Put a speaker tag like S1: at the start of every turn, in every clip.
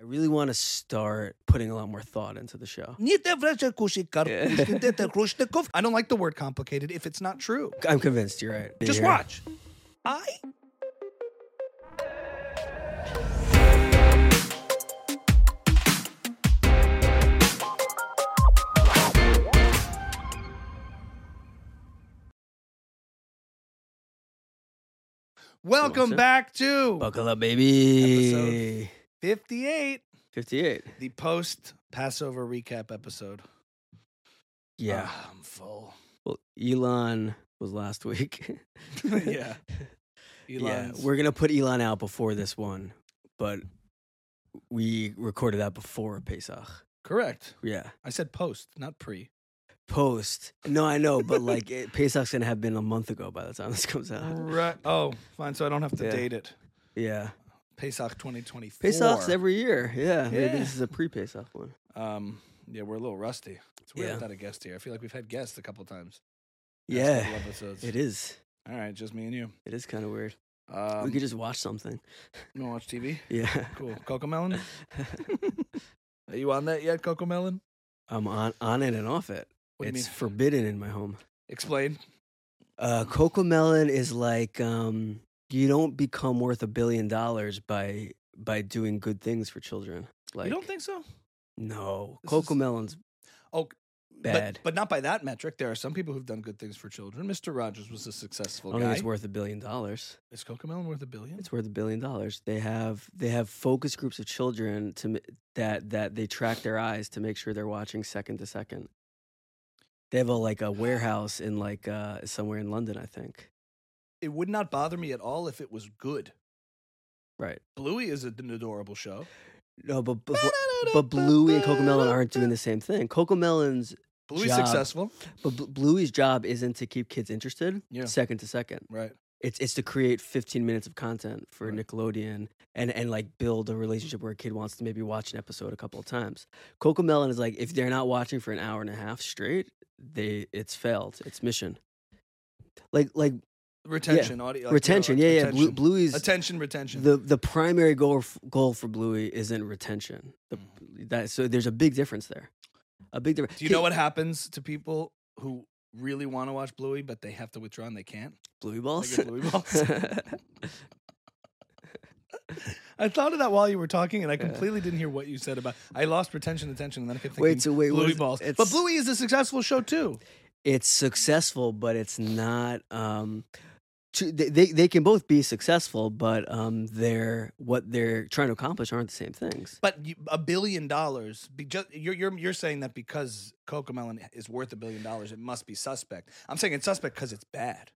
S1: really want to start putting a lot more thought into the show.
S2: Ніде врече куші картоплю,
S1: Yeah.
S2: снідете грушников. I don't like the word complicated if it's not true.
S1: I'm convinced you're right.
S2: Just
S1: You're-
S2: watch. I Welcome
S1: Walter.
S2: back to
S1: Buckle up, baby.
S2: 58,
S1: 58.
S2: the post Passover recap episode.
S1: Yeah.
S2: Ah, I'm full.
S1: Well, Elon was last week.
S2: yeah.
S1: yeah.
S2: Elon's-
S1: We're going to put Elon out before this one, but we recorded that before Pesach.
S2: correct.
S1: Yeah.
S2: I said post, not pre.
S1: Post. No, I know, but like it, Pesach's going to have been a month ago by the time this comes out.
S2: Right. Oh, fine. So I don't have to
S1: Yeah.
S2: date it.
S1: Yeah.
S2: Pesach 2024.
S1: Pesach's every year. Yeah. Maybe
S2: Yeah.
S1: this is a pre Pesach one.
S2: Um, yeah, we're a little rusty. It's weird
S1: Yeah.
S2: without a guest here. I feel like we've had guests a couple times. Last
S1: Yeah.
S2: couple episodes.
S1: It is.
S2: All right, just me and you.
S1: It is kind of weird.
S2: Um,
S1: we could just watch something.
S2: you wanna watch TV.
S1: Yeah.
S2: Cool. Coco Melon. Are you on that yet, Coco Melon?
S1: I'm on, on it and off it.
S2: What do
S1: it's
S2: you mean?
S1: forbidden in my home.
S2: Explain.
S1: Uh, Coco Melon is like um, you don't become worth a billion dollars by by doing good things for children. Like
S2: you don't think so?
S1: no,
S2: This
S1: Coco
S2: is-
S1: Melon's
S2: Oh,
S1: bad.
S2: But, but not by that metric. There are some people who've done good things for children. Mr. Rogers was a
S1: I
S2: successful
S1: don't
S2: guy.
S1: think it's worth a billion dollars.
S2: Is Coco Melon worth a billion?
S1: It's worth a billion dollars. They have they have focus groups of children to m- that that they track their eyes to make sure they're watching second to second. They have a like a warehouse in like uh, somewhere in London, I think.
S2: it would not bother me at all if it was good.
S1: Right.
S2: Bluey is an adorable show.
S1: No, but but, but Bluey and Coco Melon aren't doing the same thing. Coco Melon's
S2: Bluey's
S1: job.
S2: successful,
S1: But Bl- Bluey's job isn't to keep kids interested
S2: Yeah.
S1: second to second.
S2: right?
S1: It's it's to create 15 minutes of content for
S2: Right.
S1: Nickelodeon and and like build a relationship where a kid wants to maybe watch an episode a couple of times. Coco Melon is like if they're not watching for an hour and a half straight, they it's failed. It's mission. Like like
S2: Retention, audio, like,
S1: retention.
S2: uh,
S1: Yeah, yeah. Blue,
S2: attention.
S1: Bluey's
S2: attention, retention.
S1: the the primary goal f- goal for Bluey isn't retention. The, that so there's a big difference there. A big difference.
S2: Mm. Do you know what happens to people who really want to watch Bluey but they have to withdraw and they can't?
S1: Bluey balls?
S2: Like a Bluey balls? I thought of that while you were talking, and I completely didn't hear what you said about. I lost retention, attention, and then I kept thinking.
S1: Wait, so wait, what
S2: Bluey
S1: is-
S2: balls.
S1: it's-
S2: But Bluey is a successful show too.
S1: it's successful, but it's not. Um, to, they- they they can both be successful, but um, they're what they're trying to accomplish aren't the same things.
S2: But you, a billion dollars, be just, you're, you're, you're saying that because Coco Melon is worth a billion dollars, it must be suspect. I'm saying it's suspect because it's bad.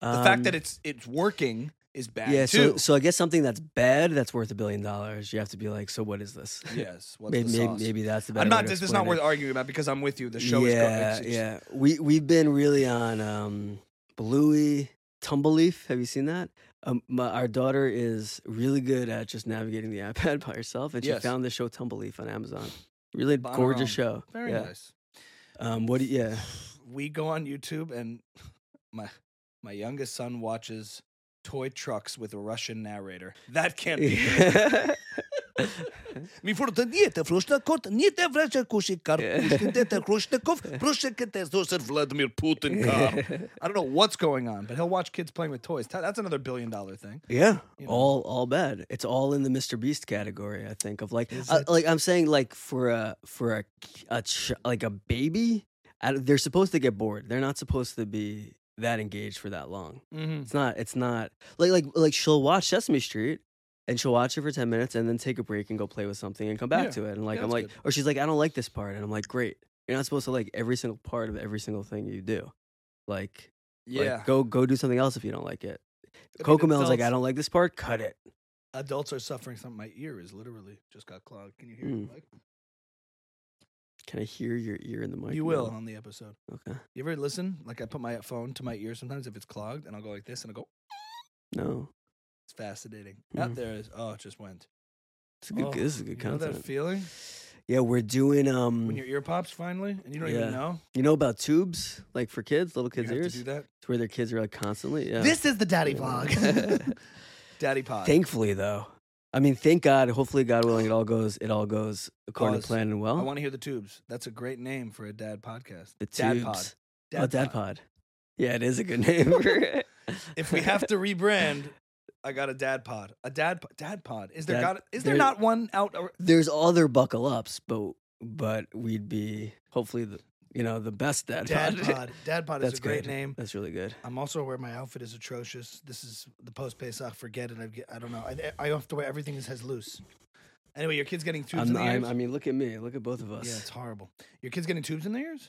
S2: The fact that it's it's working is bad
S1: Um, yeah,
S2: too.
S1: so so I guess something that's bad that's worth a billion dollars. You have to be like, so what is this?
S2: yes, what's
S1: maybe,
S2: the
S1: maybe
S2: sauce?
S1: maybe that's the. Better
S2: I'm
S1: way
S2: not.
S1: to
S2: This is
S1: explain
S2: not worth
S1: it.
S2: arguing about because I'm with you. The show
S1: yeah,
S2: is. Go- it's, it's,
S1: yeah. We we've been really on um, Bluey Tumbleleaf. Have you seen that? Um, my, our daughter is really good at just navigating the iPad by herself, and she
S2: Yes.
S1: found the show Tumbleleaf on Amazon. Really
S2: Bon
S1: gorgeous
S2: Homme.
S1: show.
S2: Very
S1: yeah.
S2: nice.
S1: Um, what? Do, yeah.
S2: We go on YouTube and my my youngest son watches toy trucks with a Russian narrator. That can't be. good. Mi fortăniete, Frușnăcot, niete vrece cu și car,
S1: Yeah.
S2: niete Frușnăcov, Frușnăcăte, Zusăr, Vladimir Putin car. I don't know what's going on, but he'll watch kids playing with toys. Tha- That's another billion dollar thing.
S1: yeah.
S2: You know.
S1: All all bad. It's all in the Mr. Beast category. I think of like
S2: Is
S1: uh,
S2: it?
S1: like I'm saying like for a for a, a ch- like a baby, I, don't- they're supposed to get bored. They're not supposed to be that engaged for that long.
S2: Mm-hmm.
S1: It's not. It's not like like like she'll watch Sesame Street. And she'll watch it for ten minutes, and then take a break and go play with something, and come back
S2: Yeah.
S1: to it. And like
S2: Yeah,
S1: I'm
S2: that's
S1: like,
S2: good.
S1: or she's like, I don't like this part, and I'm like, great. You're not supposed to like every single part of every single thing you do. Like Like,
S2: Yeah.
S1: go go do something else if you don't like it.
S2: mean,
S1: Coco Melon's like,
S2: adults-
S1: I don't like this part. Cut it.
S2: Adults are suffering something. My ear is literally just got clogged. Can you hear
S1: Mm.
S2: it? Mike?
S1: Can I hear your ear in the mic?
S2: You
S1: now?
S2: will on the episode.
S1: Okay.
S2: You ever listen? Like I put my phone to my ear sometimes if it's clogged, and I'll go like this, and I go.
S1: No.
S2: It's fascinating.
S1: Mhm.
S2: Out there is. Oh, it just went.
S1: It's a good.
S2: Oh,
S1: this is a
S2: You
S1: good
S2: know that
S1: content.
S2: feeling
S1: yeah, we're doing um.
S2: when your ear pops finally, and you don't
S1: Yeah.
S2: even know
S1: you know about tubes, like for kids, little
S2: you
S1: kids'
S2: have
S1: ears.
S2: to do that.
S1: It's where their kids are like constantly. Yeah.
S2: This is the daddy vlog. daddy pod.
S1: Thankfully, though, I I mean, thank God. Hopefully, God willing, it all goes. It all goes according
S2: Pause.
S1: to plan and
S2: I
S1: well.
S2: want to hear the tubes. That's a great name for a dad podcast.
S1: the
S2: dad
S1: tubes.
S2: pod.
S1: oh, Dad Pod. Yeah, it is a good name.
S2: If we have to rebrand, I got a dad pod. A dad po- dad pod. Is there
S1: Dad-
S2: got is there,
S1: there-
S2: not one out? Or,
S1: there's other buckle ups, but but we'd be hopefully the you know the best Dad,
S2: dad
S1: Pod.
S2: pod. Dad pod is
S1: That's
S2: a great
S1: good.
S2: name.
S1: That's really good.
S2: I'm also aware my outfit is atrocious. This is the post Pesach. Forget it. I, get, I don't know. I, I have to wear everything that has loose. Anyway, your kid's getting tubes in
S1: I'm,
S2: the
S1: I'm,
S2: ears.
S1: I mean, look at me. Look at both of
S2: yeah,
S1: us.
S2: it's horrible. Your kid's getting tubes in the ears.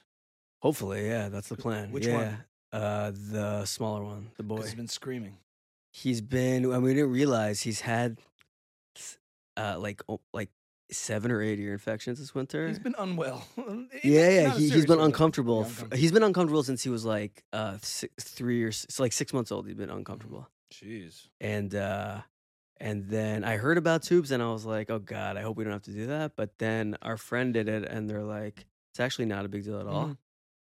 S1: Hopefully, yeah, that's the
S2: Wh-
S1: plan.
S2: which
S1: yeah.
S2: one?
S1: Uh, the smaller one, the
S2: 'Cause
S1: boy.
S2: he's been screaming.
S1: He's been, and we didn't realize he's had uh, like o- like seven or eight ear infections this winter.
S2: He's been unwell.
S1: yeah, yeah,
S2: Not a
S1: he, he's
S2: serious
S1: been
S2: illness.
S1: uncomfortable.
S2: Yeah,
S1: f- He's been uncomfortable since he was like uh, six, three or s- so like six months old. He's been uncomfortable,
S2: Jeez.
S1: and uh, and then I heard about tubes, and I was like, oh god, I hope we don't have to do that. But then our friend did it, and they're like, it's actually not a big deal at all.
S2: Mhm.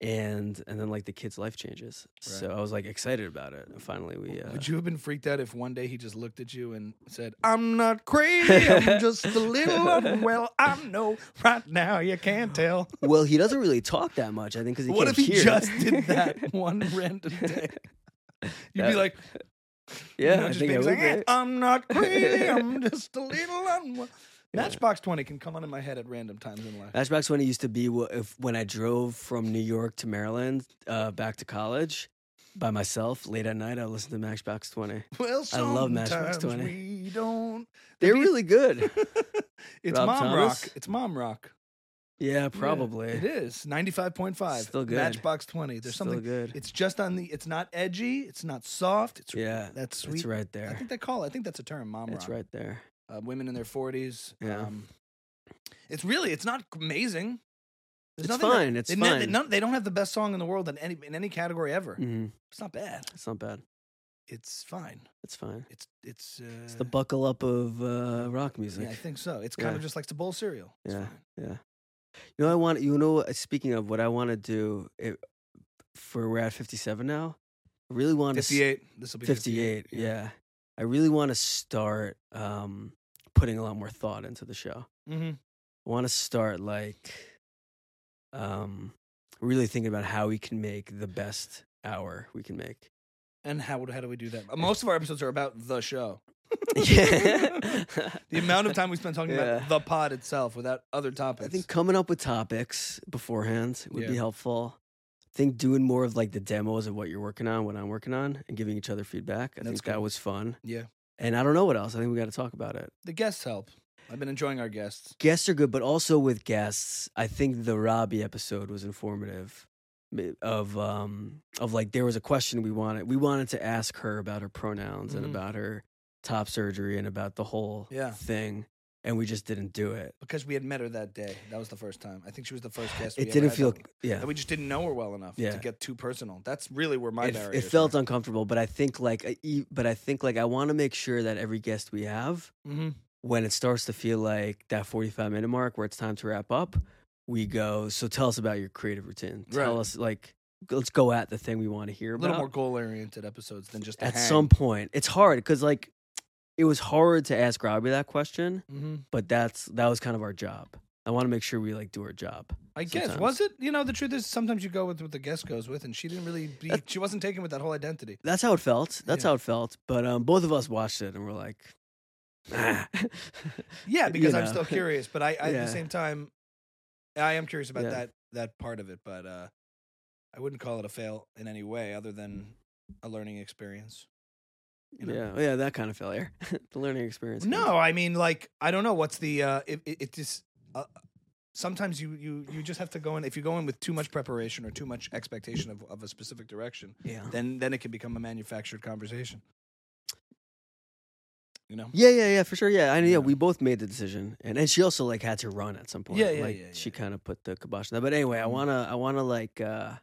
S1: And and then like the kid's life changes,
S2: Right.
S1: so I was like excited about it. And finally, we uh,
S2: Would you have been freaked out if one day he just looked at you and said, "I'm not crazy. I'm just a little unwell. I know right now you can't tell."
S1: well, he doesn't really talk that much. I think because he
S2: What if
S1: can't
S2: he
S1: hear.
S2: just did that one random day? You'd be
S1: That-
S2: like, you
S1: yeah,
S2: know,
S1: I
S2: just
S1: think
S2: being
S1: I
S2: like,
S1: would.
S2: "Eh,
S1: right?
S2: I'm not crazy. I'm just a little unwell. Matchbox Twenty can come on in my head at random times in life.
S1: Matchbox Twenty used to be wh- if, when I drove from New York to Maryland uh, back to college by myself late at night. I listened to Matchbox Twenty.
S2: Well,
S1: I love Matchbox
S2: sometimes
S1: 20.
S2: We don't.
S1: They're
S2: beat-
S1: really good.
S2: It's
S1: Rob
S2: mom
S1: Thomas?
S2: rock. It's mom rock.
S1: Yeah,
S2: Yeah,
S1: probably.
S2: it is ninety five point five.
S1: Still good.
S2: Matchbox Twenty. There's
S1: Still
S2: something.
S1: good.
S2: It's just on the. It's not edgy. It's not soft. It's
S1: Yeah,
S2: That's
S1: It's,
S2: sweet.
S1: right
S2: I
S1: there.
S2: think they call. it- I think that's a term. Mom
S1: It's
S2: rock.
S1: right there.
S2: Uh, women in their forties.
S1: Yeah.
S2: Um, it's really. It's not amazing. There's
S1: It's
S2: nothing that-
S1: fine, it's
S2: they, ne- they-
S1: fine.
S2: none- they don't have the best song in the world in any in any category ever.
S1: hmm
S2: It's not bad.
S1: It's not bad.
S2: It's fine.
S1: It's fine.
S2: It's it's. Uh,
S1: It's the buckle up of uh, rock music.
S2: Yeah, I think so. It's kind
S1: Yeah.
S2: of just like the bowl of cereal. It's
S1: Yeah.
S2: fine.
S1: You know, I want. You know, uh, speaking of what I want to do, it, for we're at fifty-seven now. I really want to.
S2: Fifty-eight. This will be
S1: 58 yeah. i really want to start um putting a lot more thought into the show
S2: Mm-hmm.
S1: i want to start like um really thinking about how we can make the best hour we can make
S2: And how would how do we do that? Uh, Most of our episodes are about the show.
S1: yeah
S2: The amount of time we spend talking
S1: Yeah.
S2: about the pod itself without other topics.
S1: i think coming up with topics beforehand would be
S2: Yeah.
S1: helpful I think doing more of like the demos of what you're working on, what I'm working on, and giving each other feedback. I
S2: That's
S1: think that
S2: cool.
S1: was fun.
S2: Yeah.
S1: And I don't know what else. I think we got to talk about it.
S2: the guests help. I've been enjoying our guests.
S1: guests are good, but also with guests, I think the Robbie episode was informative. m- Of um of like there was a question we wanted we wanted to ask her about her pronouns
S2: Mhm.
S1: and about her top surgery and about the whole
S2: Yeah.
S1: thing, and we just didn't do it.
S2: Because we had met her that day. That was the first time. I think she was the first guest. we
S1: It
S2: ever
S1: didn't
S2: had
S1: feel
S2: that-
S1: yeah.
S2: that we just didn't know her well enough
S1: Yeah.
S2: to get too personal. That's really where my
S1: It,
S2: barrier.
S1: it felt uncomfortable, but I think like I e- but I think like I want to make sure that every guest we have
S2: hmm
S1: when it starts to feel like that 45 minute mark where it's time to wrap up, we go, so tell us about your creative routine. Tell
S2: Right.
S1: us, like, g- let's go at the thing we want to hear
S2: a
S1: about.
S2: little more goal oriented episodes than just the
S1: at
S2: hang.
S1: some point, it's hard because, like, it was hard to ask Robbie that question,
S2: Mhm.
S1: but that's that was kind of our job. I want to make sure we like do our job.
S2: I guess
S1: Sometimes.
S2: was it? You know, the truth is sometimes you go with what the guest goes with, and she didn't really. Be,
S1: That's-
S2: she wasn't taken with that whole identity.
S1: That's how it felt. That's
S2: Yeah.
S1: how it felt. But um, both of us watched it and we're like, ah.
S2: Yeah, because I'm
S1: know.
S2: still curious, but I, I at
S1: Yeah.
S2: the same time, I am curious about
S1: Yeah.
S2: that that part of it. But uh, I wouldn't call it a fail in any way, other than a learning experience. you know?
S1: yeah, yeah, that kind of failure, the learning experience.
S2: No, I mean, like I don't know what's the uh, it, it, it just. Uh, sometimes you you you just have to go in. If you go in with too much preparation or too much expectation of of a specific direction,
S1: yeah,
S2: then then it can become a manufactured conversation. You know.
S1: Yeah, yeah, yeah, for sure. Yeah, I know. Yeah,
S2: Yeah.
S1: we both made the decision, and and she also like had to run at some point.
S2: Yeah, yeah,
S1: like,
S2: yeah,
S1: She
S2: yeah.
S1: kind of put the kibosh on that. But anyway, I
S2: Mm.
S1: wanna, I wanna like uh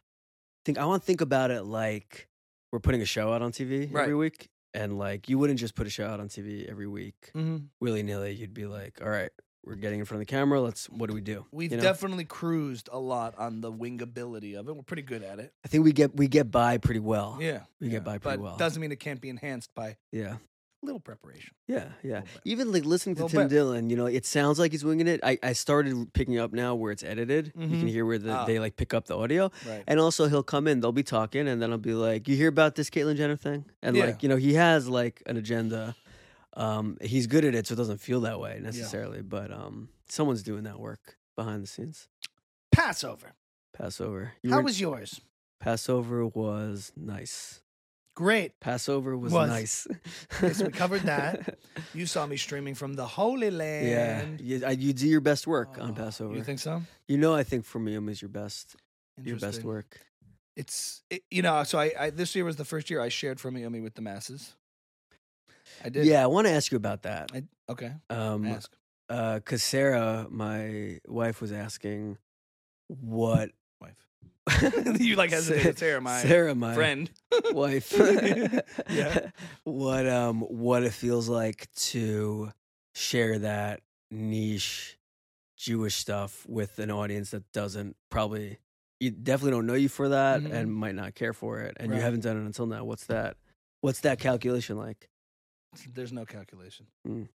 S1: think, I want to think about it like we're putting a show out on TV
S2: Right.
S1: every week, and like you wouldn't just put a show out on TV every week
S2: Mm-hmm.
S1: willy nilly. You'd be like, all right, we're getting in front of the camera. Let's, what do we do?
S2: We've
S1: You know?
S2: definitely cruised a lot on the wingability of it. We're pretty good at it.
S1: I think we get we get by pretty well.
S2: Yeah,
S1: We
S2: yeah.
S1: get by pretty
S2: but
S1: well.
S2: Doesn't mean it can't be enhanced by
S1: Yeah.
S2: little preparation.
S1: Yeah, yeah.
S2: Little bit.
S1: Even like listening to
S2: Little
S1: Tim
S2: bit.
S1: Dillon, you know, it sounds like he's winging it. I, I started picking up now where it's edited. You
S3: Mm-hmm.
S1: can
S2: Mhm.
S1: hear where the,
S2: Ah.
S1: they like pick up the audio.
S2: Right.
S1: And also, he'll come in, they'll be talking, and then I'll be like, You hear about this Caitlyn Jenner thing? And
S2: Yeah.
S1: like, you know, he has like an agenda. Um, he's good at it, so it doesn't feel that way necessarily, but um, someone's doing that work behind the scenes.
S3: Passover.
S1: Passover. You
S3: How
S1: were-
S3: was yours?
S1: Passover was nice.
S3: Great.
S1: Passover was,
S3: Was.
S1: nice.
S3: so we covered that.
S2: You saw me streaming from the Holy
S1: yeah,
S2: Land.
S1: you, I- you do your best work on
S2: Oh,
S1: Passover.
S2: You think so?
S1: You know, I think for me, um, is your best, your best
S2: Interesting.
S1: work.
S2: It's it, you know. So I, I this year was the first year I shared from Yomi with the masses. I did.
S1: Yeah, I want to ask you about that.
S2: I, okay.
S1: Um,
S2: Ask.
S1: uh, cause Sarah, my wife, was asking what
S2: Wife. you like hesitated, Sarah, my
S1: Sarah, my
S2: friend.
S1: wife,
S2: Yeah.
S1: what um, what it feels like to share that niche Jewish stuff with an audience that doesn't probably. You definitely don't know you for that,
S2: Mhm.
S1: and might not care for it, and
S2: Right.
S1: you haven't done it until now. What's that? What's that calculation like?
S2: There's no calculation.
S1: Mm.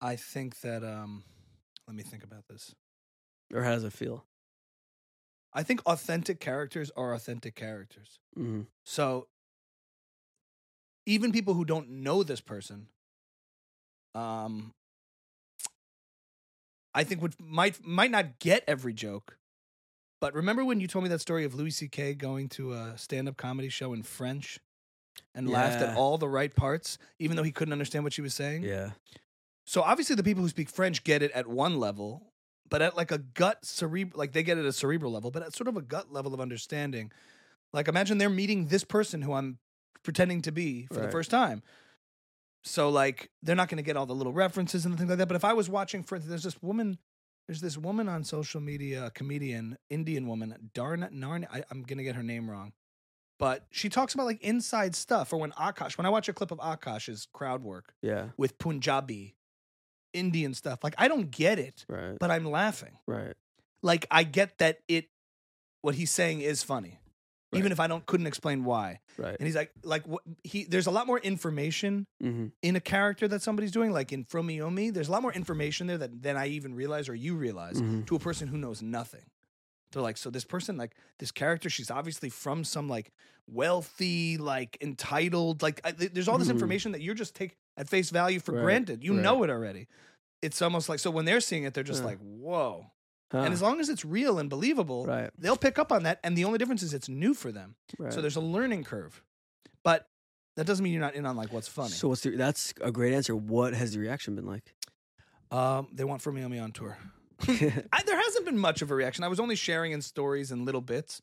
S2: I think that um let me think about this.
S1: or how does it feel?
S2: I think authentic characters are authentic characters.
S1: hmm
S2: So even people who don't know this person um I think would might might not get every joke. But remember when you told me that story of Louis CK going to a stand-up comedy show in French and laughed
S1: Yeah.
S2: at all the right parts even though he couldn't understand what she was saying?
S1: Yeah,
S2: So obviously, the people who speak French get it at one level, but at like a gut cerebral, like they get it at a cerebral level, but at sort of a gut level of understanding. Like imagine they're meeting this person who I'm pretending to be for the
S1: Right.
S2: first time. So like they're not going to get all the little references and things like that. But if I was watching, for there's this woman, there's this woman on social media, a comedian, Indian woman, Darna Narn. I, I'm going to get her name wrong. But she talks about like inside stuff, or when Akash, when I watch a clip of Akash's crowd work,
S1: yeah,
S2: with Punjabi, Indian stuff. Like I don't get it,
S1: right,
S2: but I'm laughing.
S1: right.
S2: Like I get that it what he's saying is funny. Even
S1: Right.
S2: if I don't couldn't explain why.
S1: Right.
S2: And he's like like what he there's a lot more information
S1: Mm-hmm.
S2: in a character that somebody's doing like in Fromiomi, there's a lot more information there that than I even realize or you realize
S1: Mhm.
S2: to a person who knows nothing. They're like, so this person, like this character, she's obviously from some like wealthy, like entitled, like I, th- there's all this
S1: Mhm.
S2: information that you're just take at face value for
S1: Right,
S2: granted. You
S1: right.
S2: know it already. It's almost like so when they're seeing it, they're just
S1: Yeah.
S2: like, whoa.
S1: Huh.
S2: And as long as it's real and believable,
S1: right,
S2: they'll pick up on that. And the only difference is it's new for them.
S1: right.
S2: So there's a learning curve, but that doesn't mean you're not in on like what's funny.
S1: So what's the, that's a great answer. What has the reaction been like?
S2: um, they want Fromiomi on tour. I, there hasn't been much of a reaction. I was only sharing in stories and little bits.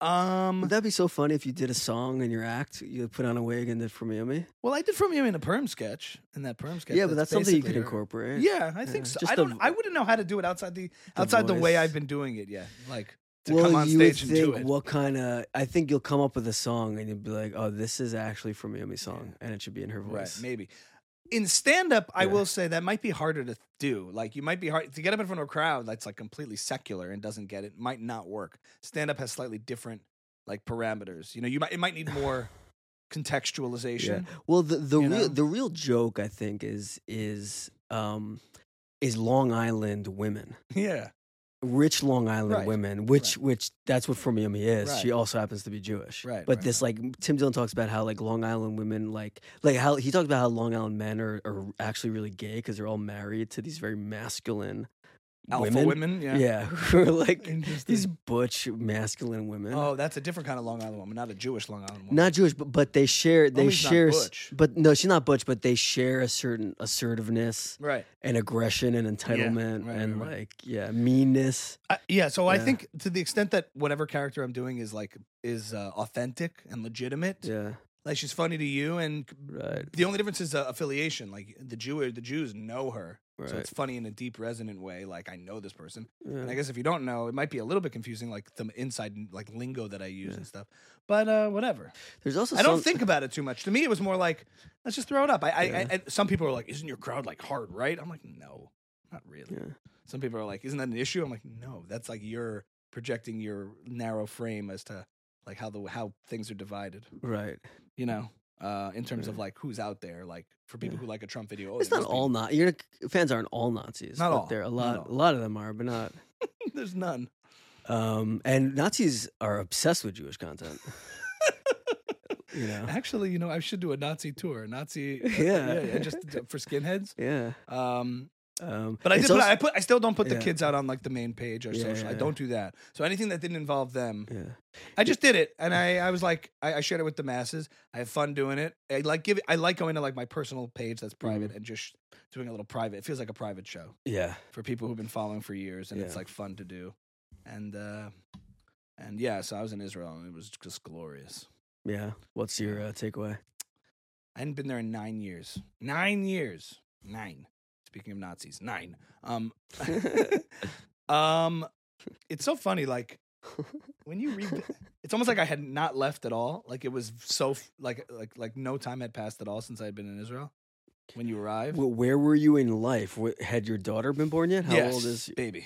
S2: Um,
S1: Would that be so funny if you did a song in your act? You put on a wig and did for Miami.
S2: well, I did from you in a perm sketch, in that perm sketch.
S1: Yeah, but that's something you could
S2: basically-
S1: incorporate.
S2: Yeah, I think
S1: Yeah,
S2: so.
S1: just
S2: I
S1: the
S2: don't.
S1: vo-
S2: I wouldn't know how to do it outside the, outside the way
S1: voice.
S2: I've been doing it yet. Like to
S1: well,
S2: come on
S1: you would
S2: stage and do
S1: think
S2: it.
S1: what kind of? I think you'll come up with a song and you'll be like, "Oh, this is actually for Miami's song, and it should be in her
S2: Right,
S1: voice."
S2: maybe. In stand up, I
S1: Yeah.
S2: will say that might be harder to do. Like you might be hard to get up in front of a crowd that's like completely secular and doesn't get it might not work. Stand up has slightly different like parameters. You know, you might it might need more contextualization.
S1: Well, the the
S2: you
S1: real
S2: know?
S1: the real joke I think is is um is Long Island women.
S2: Yeah.
S1: rich Long Island
S2: Right.
S1: women, which which that's what Fumiomi is.
S2: Right.
S1: She also happens to be Jewish.
S2: Right,
S1: But
S2: right,
S1: this like Tim Dillon talks about how like Long Island women like like how he talks about how Long Island men are, are actually really gay because they're all married to these very masculine
S2: Alpha
S1: women.
S2: women, yeah.
S1: Yeah, who are like these
S2: Interesting.
S1: butch masculine women.
S2: Oh, that's a different kind of Long Island woman, not a Jewish Long Island woman.
S1: Not Jewish, but, but they share they
S2: Mommy's not
S1: share s-
S2: butch.
S1: but no, she's not butch, but they share a certain assertiveness
S2: right.
S1: and aggression and entitlement
S2: right,
S1: and
S2: right, right.
S1: like yeah, meanness.
S2: I, yeah, so I
S1: Yeah.
S2: think to the extent that whatever character I'm doing is like is uh, authentic and legitimate,
S1: Yeah.
S2: like she's funny to you and
S1: Right.
S2: The only difference is uh, affiliation. Like the Jew, the Jews know her,
S1: Right.
S2: so it's funny in a deep, resonant way. Like I know this person,
S1: yeah.
S2: and I guess if you don't know, it might be a little bit confusing, like the inside like lingo that I use
S1: Yeah.
S2: and stuff. But uh, whatever,
S1: There's also
S2: I don't
S1: some-
S2: think about it too much. To me, it was more like let's just throw it up. I, I,
S1: Yeah.
S2: I and some people are like, "Isn't your crowd like hard?" Right? I'm like, no, not really.
S1: Yeah.
S2: Some people are like, "Isn't that an issue?" I'm like, no, that's like you're projecting your narrow frame as to like how the how things are divided.
S1: Right.
S2: You know, uh, in terms of
S1: Right.
S2: like who's out there, like for people
S1: Yeah.
S2: who like a Trump video. Oh,
S1: It's
S2: there
S1: not
S2: must be-
S1: all not. You're not- fans aren't all Nazis.
S2: Not
S1: but
S2: all.
S1: There a
S2: Not
S1: lot.
S2: all.
S1: A lot of them are, but not.
S2: There's none.
S1: Um, and Nazis are obsessed with Jewish content. you know.
S2: Actually, you know, I should do a Nazi tour. Nazi, uh,
S1: Yeah.
S2: yeah, yeah, just for skinheads.
S1: Yeah.
S2: Um,
S1: Um,
S2: But I
S1: it's
S2: did. Put,
S1: also-
S2: I put. I still don't put the
S1: Yeah.
S2: kids out on like the main page or
S1: Yeah,
S2: social.
S1: yeah,
S2: I
S1: yeah.
S2: don't do that. So anything that didn't involve them,
S1: yeah.
S2: I just did it, and I, I was like, I, I shared it with the masses. I have fun doing it. I like give. I like going to like my personal page that's private
S1: Mm-hmm.
S2: and just doing a little private. It feels like a private show
S1: Yeah.
S2: for people who've been following for years, and it's
S1: Yeah.
S2: like fun to do. And uh and yeah, so I was in Israel, and it was just glorious.
S1: Yeah. What's your uh, takeaway?
S2: I hadn't been there in nine years. Nine years. Nine. Speaking of Nazis, nine. Um, um, it's so funny. Like when you read, th- it's almost like I had not left at all. Like it was so f- like like like no time had passed at all since I had been in Israel. When you arrived,
S1: Well, where were you in life? Wh- had your daughter been born yet? How
S2: Yes,
S1: old is
S2: baby?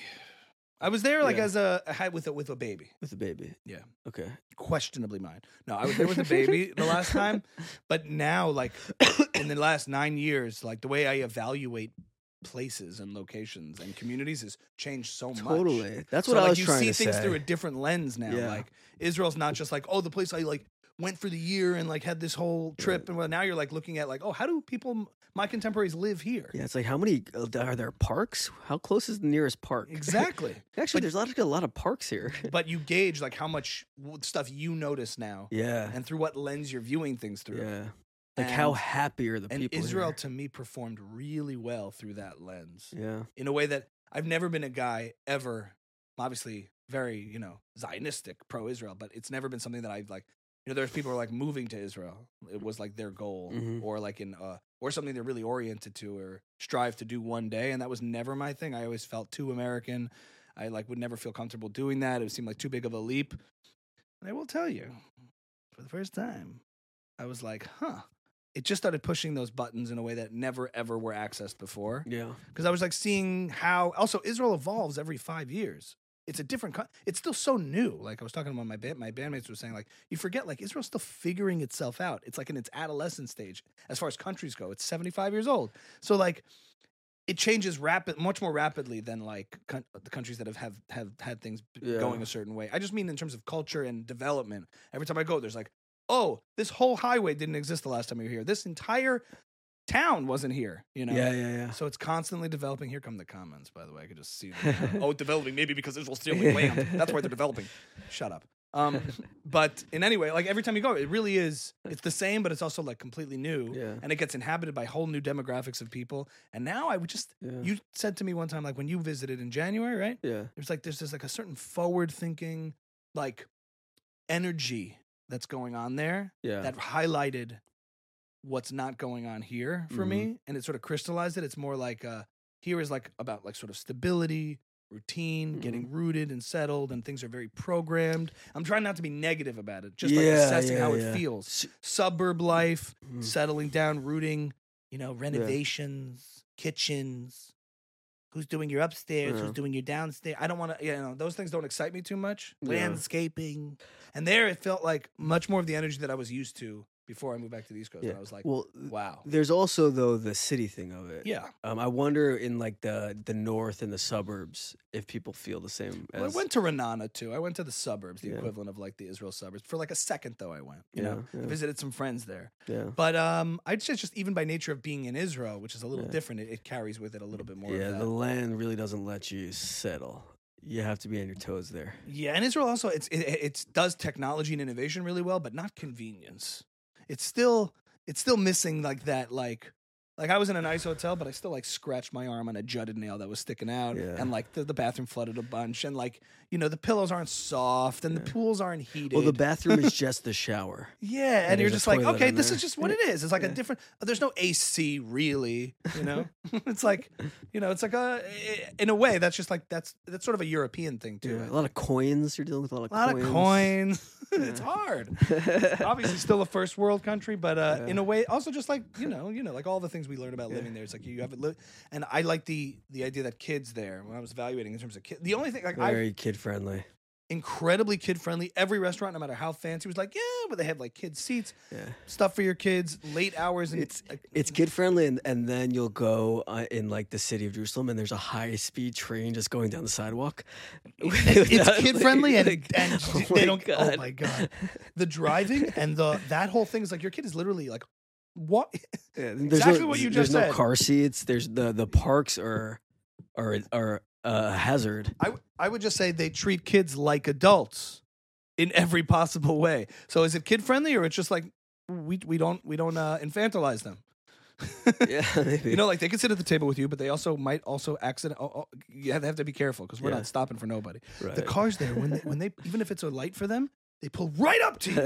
S2: I was there like
S1: Yeah.
S2: as a I had with a, with a baby,
S1: with the baby?
S2: Yeah.
S1: Okay.
S2: questionably mine. No, I was there with a baby the last time, but now like in the last nine years, like the way I evaluate places and locations and communities has changed so much.
S1: totally. That's
S2: So,
S1: what I
S2: like,
S1: was
S2: you
S1: trying
S2: see
S1: to
S2: things
S1: say.
S2: through a different lens now.
S1: Yeah.
S2: Like Israel's not just like, oh, the place I like went for the year and like had this whole trip, and well, now you're like looking at like, oh, how do people, my contemporaries, live here?
S1: yeah, it's like how many uh, are there parks? How close is the nearest park?
S2: Exactly.
S1: Actually,
S2: But-
S1: there's actually a lot of parks here.
S2: but you gauge like how much w- stuff you notice now,
S1: yeah.
S2: and through what lens you're viewing things through.
S1: Yeah. Like how
S2: And-
S1: happy are the
S2: And
S1: people?
S2: Israel
S1: here?
S2: to me performed really well through that lens.
S1: Yeah.
S2: in a way that I've never been a guy ever, obviously very, you know, Zionistic, pro Israel, but it's never been something that I've like, you know, there's people who are like moving to Israel. It was like their goal
S1: Mhm.
S2: or like in, uh, or something they're really oriented to or strive to do one day. And that was never my thing. I always felt too American. I like would never feel comfortable doing that. It seemed like too big of a leap. And I will tell you, for the first time, I was like, huh. It just started pushing those buttons in a way that never ever were accessed before
S1: Yeah.
S2: because I was like seeing how also Israel evolves every five years. It's a different. co- It's still so new. Like I was talking to one of my band, my bandmates was saying, like you forget, like Israel's still figuring itself out. It's like in its adolescent stage as far as countries go. It's seventy five years old, so like it changes rapid, much more rapidly than like con- the countries that have have, have had things b-
S1: Yeah.
S2: going a certain way. I just mean in terms of culture and development. Every time I go, there's like, oh, this whole highway didn't exist the last time you were here. This entire town wasn't here. You know,
S1: Yeah. Yeah.
S2: so it's constantly developing. Here come the comments, by the way. I could just see. Them.
S1: Yeah.
S2: oh, developing maybe because Israel's stealing land. That's why they're developing. Shut up. Um, but in any way, like every time you go, it really is. It's the same, but it's also like completely new,
S1: Yeah.
S2: and it gets inhabited by whole new demographics of people. And now I would just.
S1: Yeah.
S2: You said to me one time, like when you visited in January, right?
S1: yeah.
S2: There's like there's just like a certain forward thinking, like energy that's going on there
S1: Yeah.
S2: that highlighted what's not going on here for
S1: Mhm.
S2: me and it sort of crystallized it it's more like uh here is like about like sort of stability routine
S1: Mm-hmm.
S2: getting rooted and settled and things are very programmed i'm trying not to be negative about it just like
S1: Yeah,
S2: assessing
S1: yeah,
S2: how
S1: yeah.
S2: it feels
S1: S-
S2: suburb life
S1: mm.
S2: settling down rooting you know renovations kitchens who's doing your upstairs
S1: Yeah.
S2: who's doing your downstairs i don't want to you know those things don't excite me too much
S1: Yeah.
S2: landscaping and there it felt like much more of the energy that i was used to before i moved back to the east coast
S1: Yeah.
S2: and i was like
S1: well, th-
S2: wow
S1: there's also though the city thing of it.
S2: yeah
S1: Um, I wonder in like the the north and the suburbs if people feel the same. As,
S2: Well, i went to renana too i went to the suburbs the
S1: Yeah.
S2: equivalent of like the israel suburbs for like a second though i went you
S1: yeah,
S2: know I
S1: yeah,
S2: visited some friends there
S1: yeah,
S2: but um i just just even by nature of being in israel which is a little
S1: Yeah. Mm,
S2: different it, it carries with it a little bit more of
S1: yeah.
S2: that.
S1: The land really doesn't let you settle. You have to be on your toes there.
S2: Yeah, and Israel also it's it, it it's- does technology and innovation really well, but not convenience. It's still it's still missing like that like like I was in a nice hotel, but I still like scratched my arm on a jutted nail that was sticking out,
S1: Yeah.
S2: and like the, the bathroom flooded a bunch, and like you know the pillows aren't soft, and the
S1: Yeah.
S2: pools aren't heated.
S1: Well, the bathroom is just the shower.
S2: yeah, and,
S1: and
S2: you're
S1: there's
S2: just
S1: a
S2: like,
S1: toilet
S2: okay,
S1: in
S2: this
S1: there.
S2: is just what it is. It's like a
S1: Yeah.
S2: different. There's no AC really, you know. it's like, you know, it's like a eh, in a way that's just like that's that's sort of a European thing too.
S1: Yeah,
S2: I
S1: a lot of coins. You're dealing with a lot of
S2: a lot
S1: coins.
S2: of coins. it's
S1: Yeah.
S2: hard.
S1: coins.
S2: Obviously, still a first world country, but uh,
S1: Yeah.
S2: in a way, also just like you know, you know, like all the things we learn about living there. It's like you have it, li- and I like the the idea that kids there. When I was evaluating in terms of kids, the only thing like I
S1: Very kid friendly.
S2: incredibly kid friendly. Every restaurant, no matter how fancy, was like, yeah, but they have like kids seats,
S1: Yeah.
S2: stuff for your kids, late hours, and
S1: It's-
S2: like,
S1: It's kid friendly, and, and then you'll go uh, in like the city of Jerusalem, and there's a high speed train just going down the sidewalk.
S3: It's kid friendly and,
S1: Like,
S3: and
S1: oh
S3: they
S1: my
S3: don't. Oh
S1: God.
S3: my god!
S2: the driving and the that whole thing is like your kid is literally like, what?
S1: Yeah, there's
S2: exactly
S1: no,
S2: what you
S1: there's
S2: just
S1: no
S2: said.
S1: car seats. There's the the parks are are are a hazard.
S2: I, w- I would just say they treat kids like adults in every possible way. So is it kid friendly or it's just like we we don't we don't uh, infantilize them?
S1: yeah, maybe.
S2: You know, like they can sit at the table with you, but they also might also accident. Oh, oh, you have, have to be careful because we're
S1: Yeah.
S2: not stopping for nobody.
S1: right.
S2: The cars there when they, when they even if it's a light for them, they pull right up to you.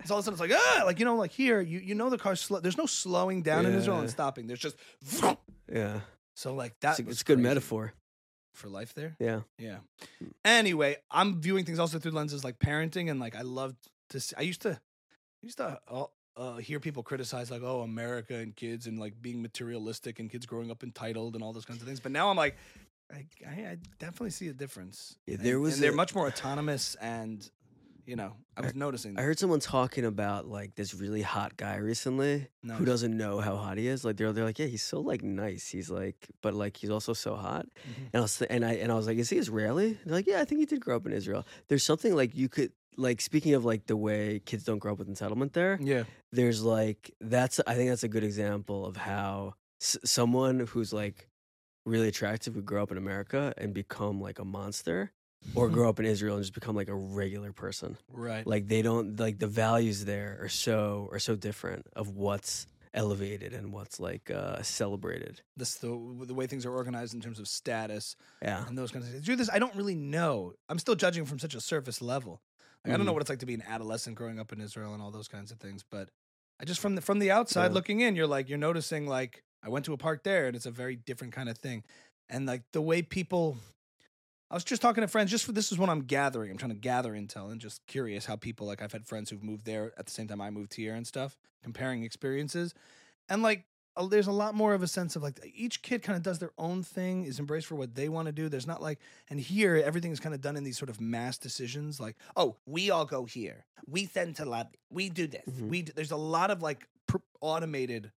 S2: It's all of a sudden it's like ah, like you know, like here you you know the car's slow. There's no slowing down in Israel and
S1: Yeah.
S2: stopping. There's just
S1: yeah,
S2: so like
S1: it's,
S2: that.
S1: a-
S2: was
S1: it's a good
S2: crazy
S1: metaphor.
S2: for life there.
S1: Yeah,
S2: Yeah.
S1: Hmm.
S2: Anyway, I'm viewing things also through lenses like parenting and like I loved to. See, I used to, I used to uh, uh, hear people criticize like, oh, America and kids and like being materialistic and kids growing up entitled and all those kinds of things. But now I'm like, I, I, I definitely see a difference.
S1: Yeah,
S2: And-
S1: there was
S2: and they're
S1: a-
S2: much more autonomous and, you know, I was noticing.
S1: I
S2: That.
S1: heard someone talking about like this really hot guy recently
S2: No.
S1: who doesn't know how hot he is. Like they're they're like, yeah, he's so like nice. He's like, but like he's also so hot.
S2: Mhm.
S1: And I was th- and I and I was like, is he Israeli? And they're like, yeah, I think he did grow up in Israel. There's something like you could like speaking of like the way kids don't grow up with entitlement there.
S2: Yeah.
S1: there's like that's i think that's a good example of how s- someone who's like really attractive who grow up in america and become like a monster or grow up in israel and just become like a regular person
S2: Right.
S1: like they don't like the values there are so are so different of what's elevated and what's like uh celebrated
S2: This the the way things are organized in terms of status
S1: yeah
S2: and those kinds of things. Do this. I don't really know. I'm still judging from such a surface level. Like, I don't know what it's like to be an adolescent growing up in Israel and all those kinds of things. But I just from the from the outside
S1: Yeah.
S2: looking in, you're like you're noticing like I went to a park there and it's a very different kind of thing, and like the way people. I was just talking to friends. Just for this is what I'm gathering. I'm trying to gather intel and just curious how people like I've had friends who've moved there at the same time I moved here and stuff, comparing experiences, and like a- there's a lot more of a sense of like each kid kind of does their own thing, is embraced for what they want to do. There's not like, and here everything is kind of done in these sort of mass decisions. Like, oh, we all go here. We send to lab. We do this.
S1: Mhm.
S2: We do, there's a lot of like pr- automated,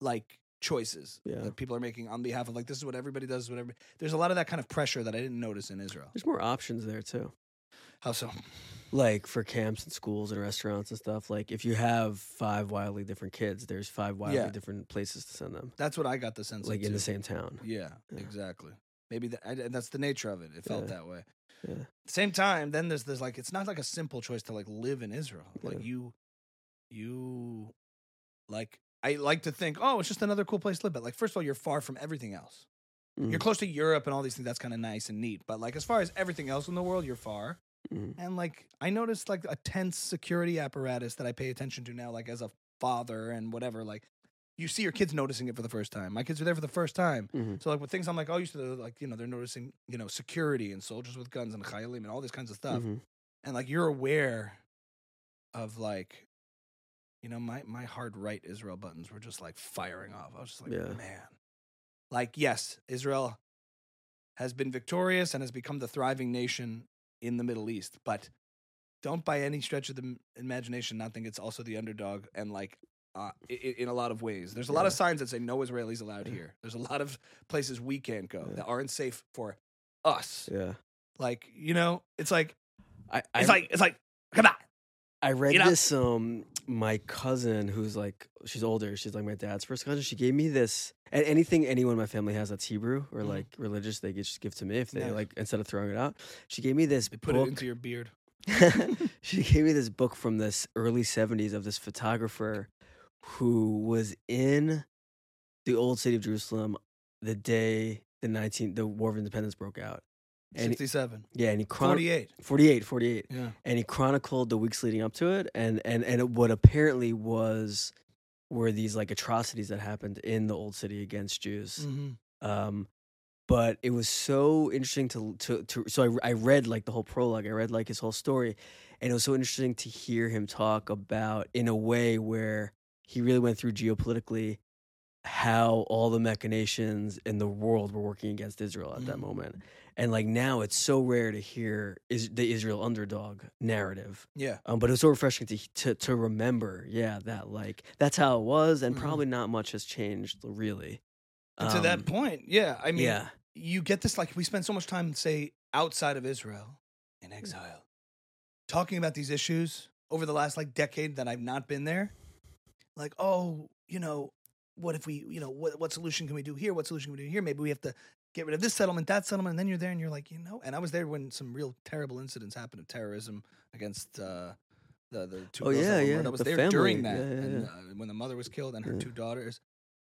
S2: like choices
S1: Yeah.
S2: that people are making on behalf of like this is what everybody does. Whatever. There's a lot of that kind of pressure that I didn't notice in Israel.
S1: there's more options there too
S2: How so?
S1: like for camps and schools and restaurants and stuff like if you have five wildly different kids there's five wildly
S2: Yeah.
S1: different places to send them
S2: That's what I got the sense
S1: like
S2: of
S1: in
S2: too.
S1: the same town
S2: Yeah,
S1: Yeah.
S2: exactly. Maybe that, I, that's the nature of it. It felt
S1: Yeah.
S2: that way.
S1: Yeah.
S2: Same time, then there's there's like it's not like a simple choice to like live in Israel. Like
S1: Yeah.
S2: you, you, like I like to think, oh, it's just another cool place to live. But like, first of all, you're far from everything else. You're
S1: Mhm.
S2: close to Europe and all these things. That's kind of nice and neat. But like, as far as everything else in the world, you're far.
S1: Mhm.
S2: And like, I noticed like a tense security apparatus that I pay attention to now, like as a father and whatever. Like, you see your kids noticing it for the first time. My kids are there for the first time.
S1: Mhm.
S2: So like with things I'm like, oh, used to like you know they're noticing you know security and soldiers with guns and chayalim and all this kinds of stuff,
S1: Mhm.
S2: and like you're aware of like, you know my my hard right Israel buttons were just like firing off. I was just like,
S1: Yeah.
S2: man, like yes, Israel has been victorious and has become the thriving nation in the Middle East, but don't by any stretch of the m- imagination not think it's also the underdog and like uh, i- i- in a lot of ways. There's a lot of
S1: Yeah.
S2: signs that say no Israelis allowed
S1: Yeah.
S2: here. There's a lot of places we can't go
S1: Yeah.
S2: that aren't safe for us.
S1: Yeah.
S2: Like you know, it's like
S1: I, I,
S2: it's like it's like come on.
S1: I read
S2: you know-
S1: this. Um, my cousin, who's like, she's older. She's like my dad's first cousin. She gave me this. And anything anyone in my family has that's Hebrew or
S2: Mhm.
S1: like religious, they could just give to me if they
S2: Nice.
S1: like instead of throwing it out. She gave me this
S2: They put
S1: book.
S2: it into your beard.
S1: she gave me this book from this early '70s of this photographer who was in the old city of Jerusalem the day the 19 the War of Independence broke out. And
S2: 67,
S1: yeah, and he chron-
S2: 48.
S1: 48, 48
S2: Yeah.
S1: and he chronicled the weeks leading up to it and and and what apparently was were these like atrocities that happened in the old city against Jews
S2: Mhm.
S1: um but it was so interesting to to, to so I, I read like the whole prologue i read like his whole story and it was so interesting to hear him talk about in a way where he really went through geopolitically how all the machinations in the world were working against Israel at that
S2: Mhm.
S1: moment. And like now, it's so rare to hear is the Israel underdog narrative.
S2: Yeah.
S1: Um, but it was so refreshing to, to to remember, yeah, that like that's how it was, and
S2: Mhm.
S1: probably not much has changed really.
S2: And to
S1: Um,
S2: that point, yeah. I mean,
S1: yeah,
S2: you get this like we spend so much time say outside of israel
S1: Hmm.
S2: in exile talking about these issues over the last like decade that i've not been there like oh you know what if we you know what, what solution can we do here what solution can we do here maybe we have to get rid of this settlement that settlement and then you're there and you're like you know and i was there when some real terrible incidents happened of terrorism against uh the, the two
S1: Oh,
S2: girls that
S1: yeah,
S2: were
S1: yeah,
S2: murdered. I was
S1: the
S2: there
S1: family.
S2: during that,
S1: Yeah, yeah,
S2: and
S1: yeah.
S2: Uh, when the mother was killed and her
S1: Yeah.
S2: two daughters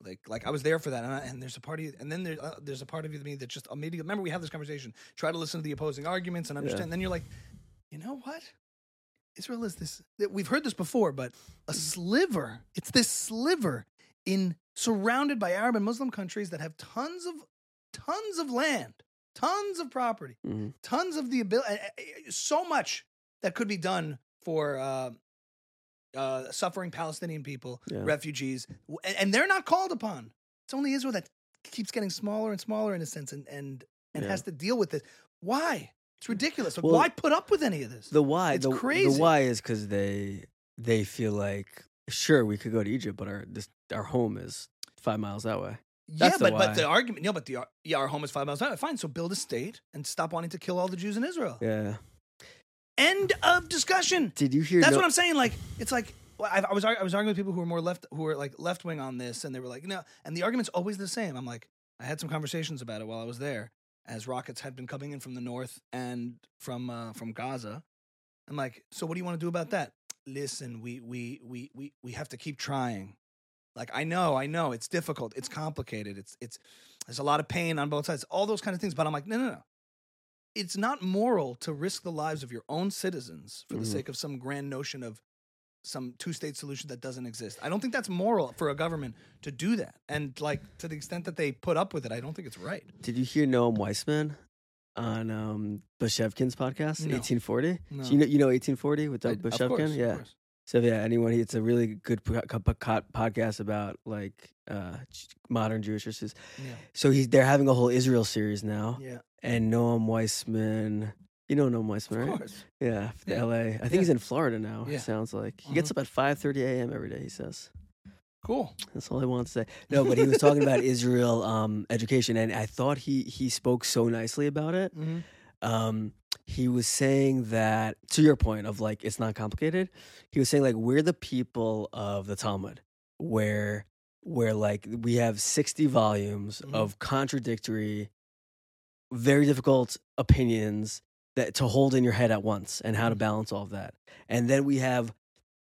S2: like like I was there for that, and, I, and there's a part of you, and then there, uh, there's a part of you to me that just immediately remember we have this conversation. Try to listen to the opposing arguments and understand. Then you're like, you know what? Israel is this. that- We've heard this before, but a sliver. It's this sliver in surrounded by Arab and Muslim countries that have tons of tons of land, tons of property,
S1: Mhm.
S2: tons of the ability, so much that could be done for uh, uh, suffering Palestinian people,
S1: Yeah.
S2: refugees, w- and, and they're not called upon. It's only Israel that keeps getting smaller and smaller in a sense, and and, and
S1: Yeah.
S2: has to deal with it. Why? It's ridiculous. Like,
S1: Well,
S2: why put up with any of this?
S1: the why
S2: It's
S1: the,
S2: crazy.
S1: the why is because they they feel like sure we could go to Egypt, but our this our home is five miles that way.
S2: yeah,
S1: that's the
S2: but but
S1: why.
S2: the argument, no, but the ar- yeah, our home is five miles out. Fine, so build a state and stop wanting to kill all the Jews in Israel.
S1: Yeah.
S2: End of discussion.
S1: Did you hear?
S2: That's
S1: no-
S2: what I'm saying. Like, it's like well, I, I was arg- I was arguing with people who were more left who were like left wing on this, and they were like, no. And the argument's always the same. I'm like, I had some conversations about it while I was there, as rockets had been coming in from the north and from uh, from Gaza. I'm like, so what do you want to do about that? Listen, we we we we we have to keep trying. Like I know, I know, it's difficult, it's complicated, it's it's there's a lot of pain on both sides, all those kind of things. But I'm like, no, no, no. It's not moral to risk the lives of your own citizens for the
S1: Mhm.
S2: sake of some grand notion of some two state solution that doesn't exist. I don't think that's moral for a government to do that. And like to the extent that they put up with it, I don't think it's right.
S1: Did you hear Noam Weissman on um, Bushevkin's podcast,
S2: No.
S1: 1840?
S2: No.
S1: So you know, you know 1840 with Doug
S2: I- of course,
S1: Bushevkin?
S2: of
S1: Yeah.
S2: course.
S1: So yeah, anyone, it's a really good po- co- po- co- podcast about like uh, j- modern Jewish issues.
S2: Yeah.
S1: So he's they're having a whole Israel series now,
S2: Yeah.
S1: and Noam Weissman. You know Noam Weissman,
S2: Of
S1: right?
S2: course.
S1: Yeah, Mm-hmm. the
S2: Yeah.
S1: LA. I think
S2: Yeah.
S1: he's in Florida now.
S2: Yeah.
S1: It sounds like he gets up at 5:30 a.m. every day. He says
S2: Cool.
S1: that's all I want to say. No, but he was talking about Israel um, education, and I thought he he spoke so nicely about it.
S2: Mm-hmm.
S1: um, he was saying that to your point of like it's not complicated he was saying like we're the people of the talmud where where like we have 60 volumes
S2: Mhm.
S1: of contradictory very difficult opinions that to hold in your head at once and how to
S2: Mhm.
S1: balance all of that and then we have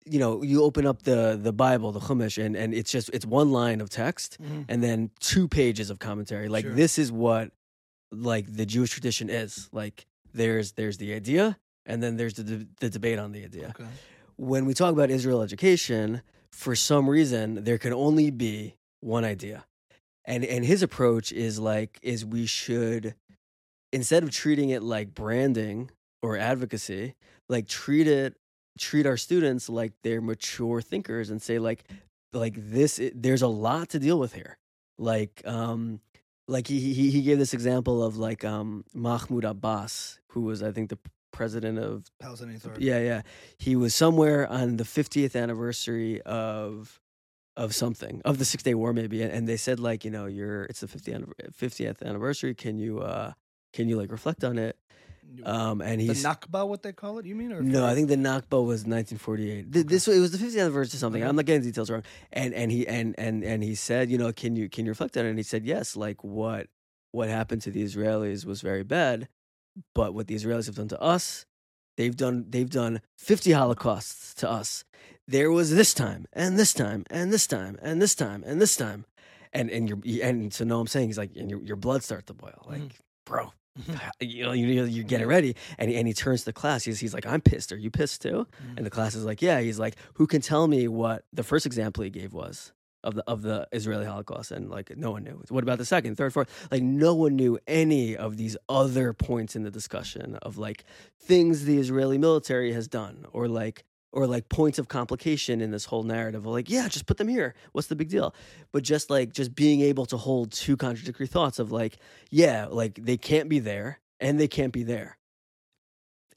S1: you know you open up the the bible the chumash and and it's just it's one line of text
S2: mm-hmm.
S1: and then two pages of commentary. Like
S2: Sure.
S1: this is what like the Jewish tradition is. Like there's there's the idea, and then there's the de- the debate on the idea.
S2: Okay.
S1: When we talk about Israel education, for some reason there can only be one idea, and and his approach is like is we should instead of treating it like branding or advocacy, like treat it treat our students like they're mature thinkers and say like like this i- there's a lot to deal with here like um like he he he gave this example of like um Mahmoud Abbas who was I think the president of
S2: Palestinian Authority.
S1: yeah yeah he was somewhere on the 50th anniversary of of something of the Six Day War maybe and, and they said like you know you're it's the 50th anniv- 50th anniversary can you uh can you like reflect on it
S2: You-
S1: um and
S2: the
S1: he's
S2: Nakba, what they call it? You mean? Or
S1: no, I think the Nakba was 1948. Th- This it was the 50th anniversary of something.
S2: Okay.
S1: I'm not getting details wrong. And and he and and and he said, you know, can you can you reflect on it? And he said, yes. Like what what happened to the Israelis was very bad, but what the Israelis have done to us, they've done they've done 50 holocausts to us. There was this time and this time and this time and this time and this time, and and your and so no, I'm saying he's like, and your your blood starts to boil, like
S2: Mhm.
S1: bro.
S2: Mhm.
S1: You know, you, you- you're getting ready, and he, and he turns to the class. He's, he's like, "I'm pissed. Are you pissed too?" And the class is like, yeah. He's like, who can tell me what the first example he gave was of the of the Israeli Holocaust? And like, no one knew. What about the second, third, fourth? Like, no one knew any of these other points in the discussion of like things the Israeli military has done, or like or like points of complication in this whole narrative of like yeah just put them here what's the big deal but just like just being able to hold two contradictory thoughts of like yeah like they can't be there and they can't be there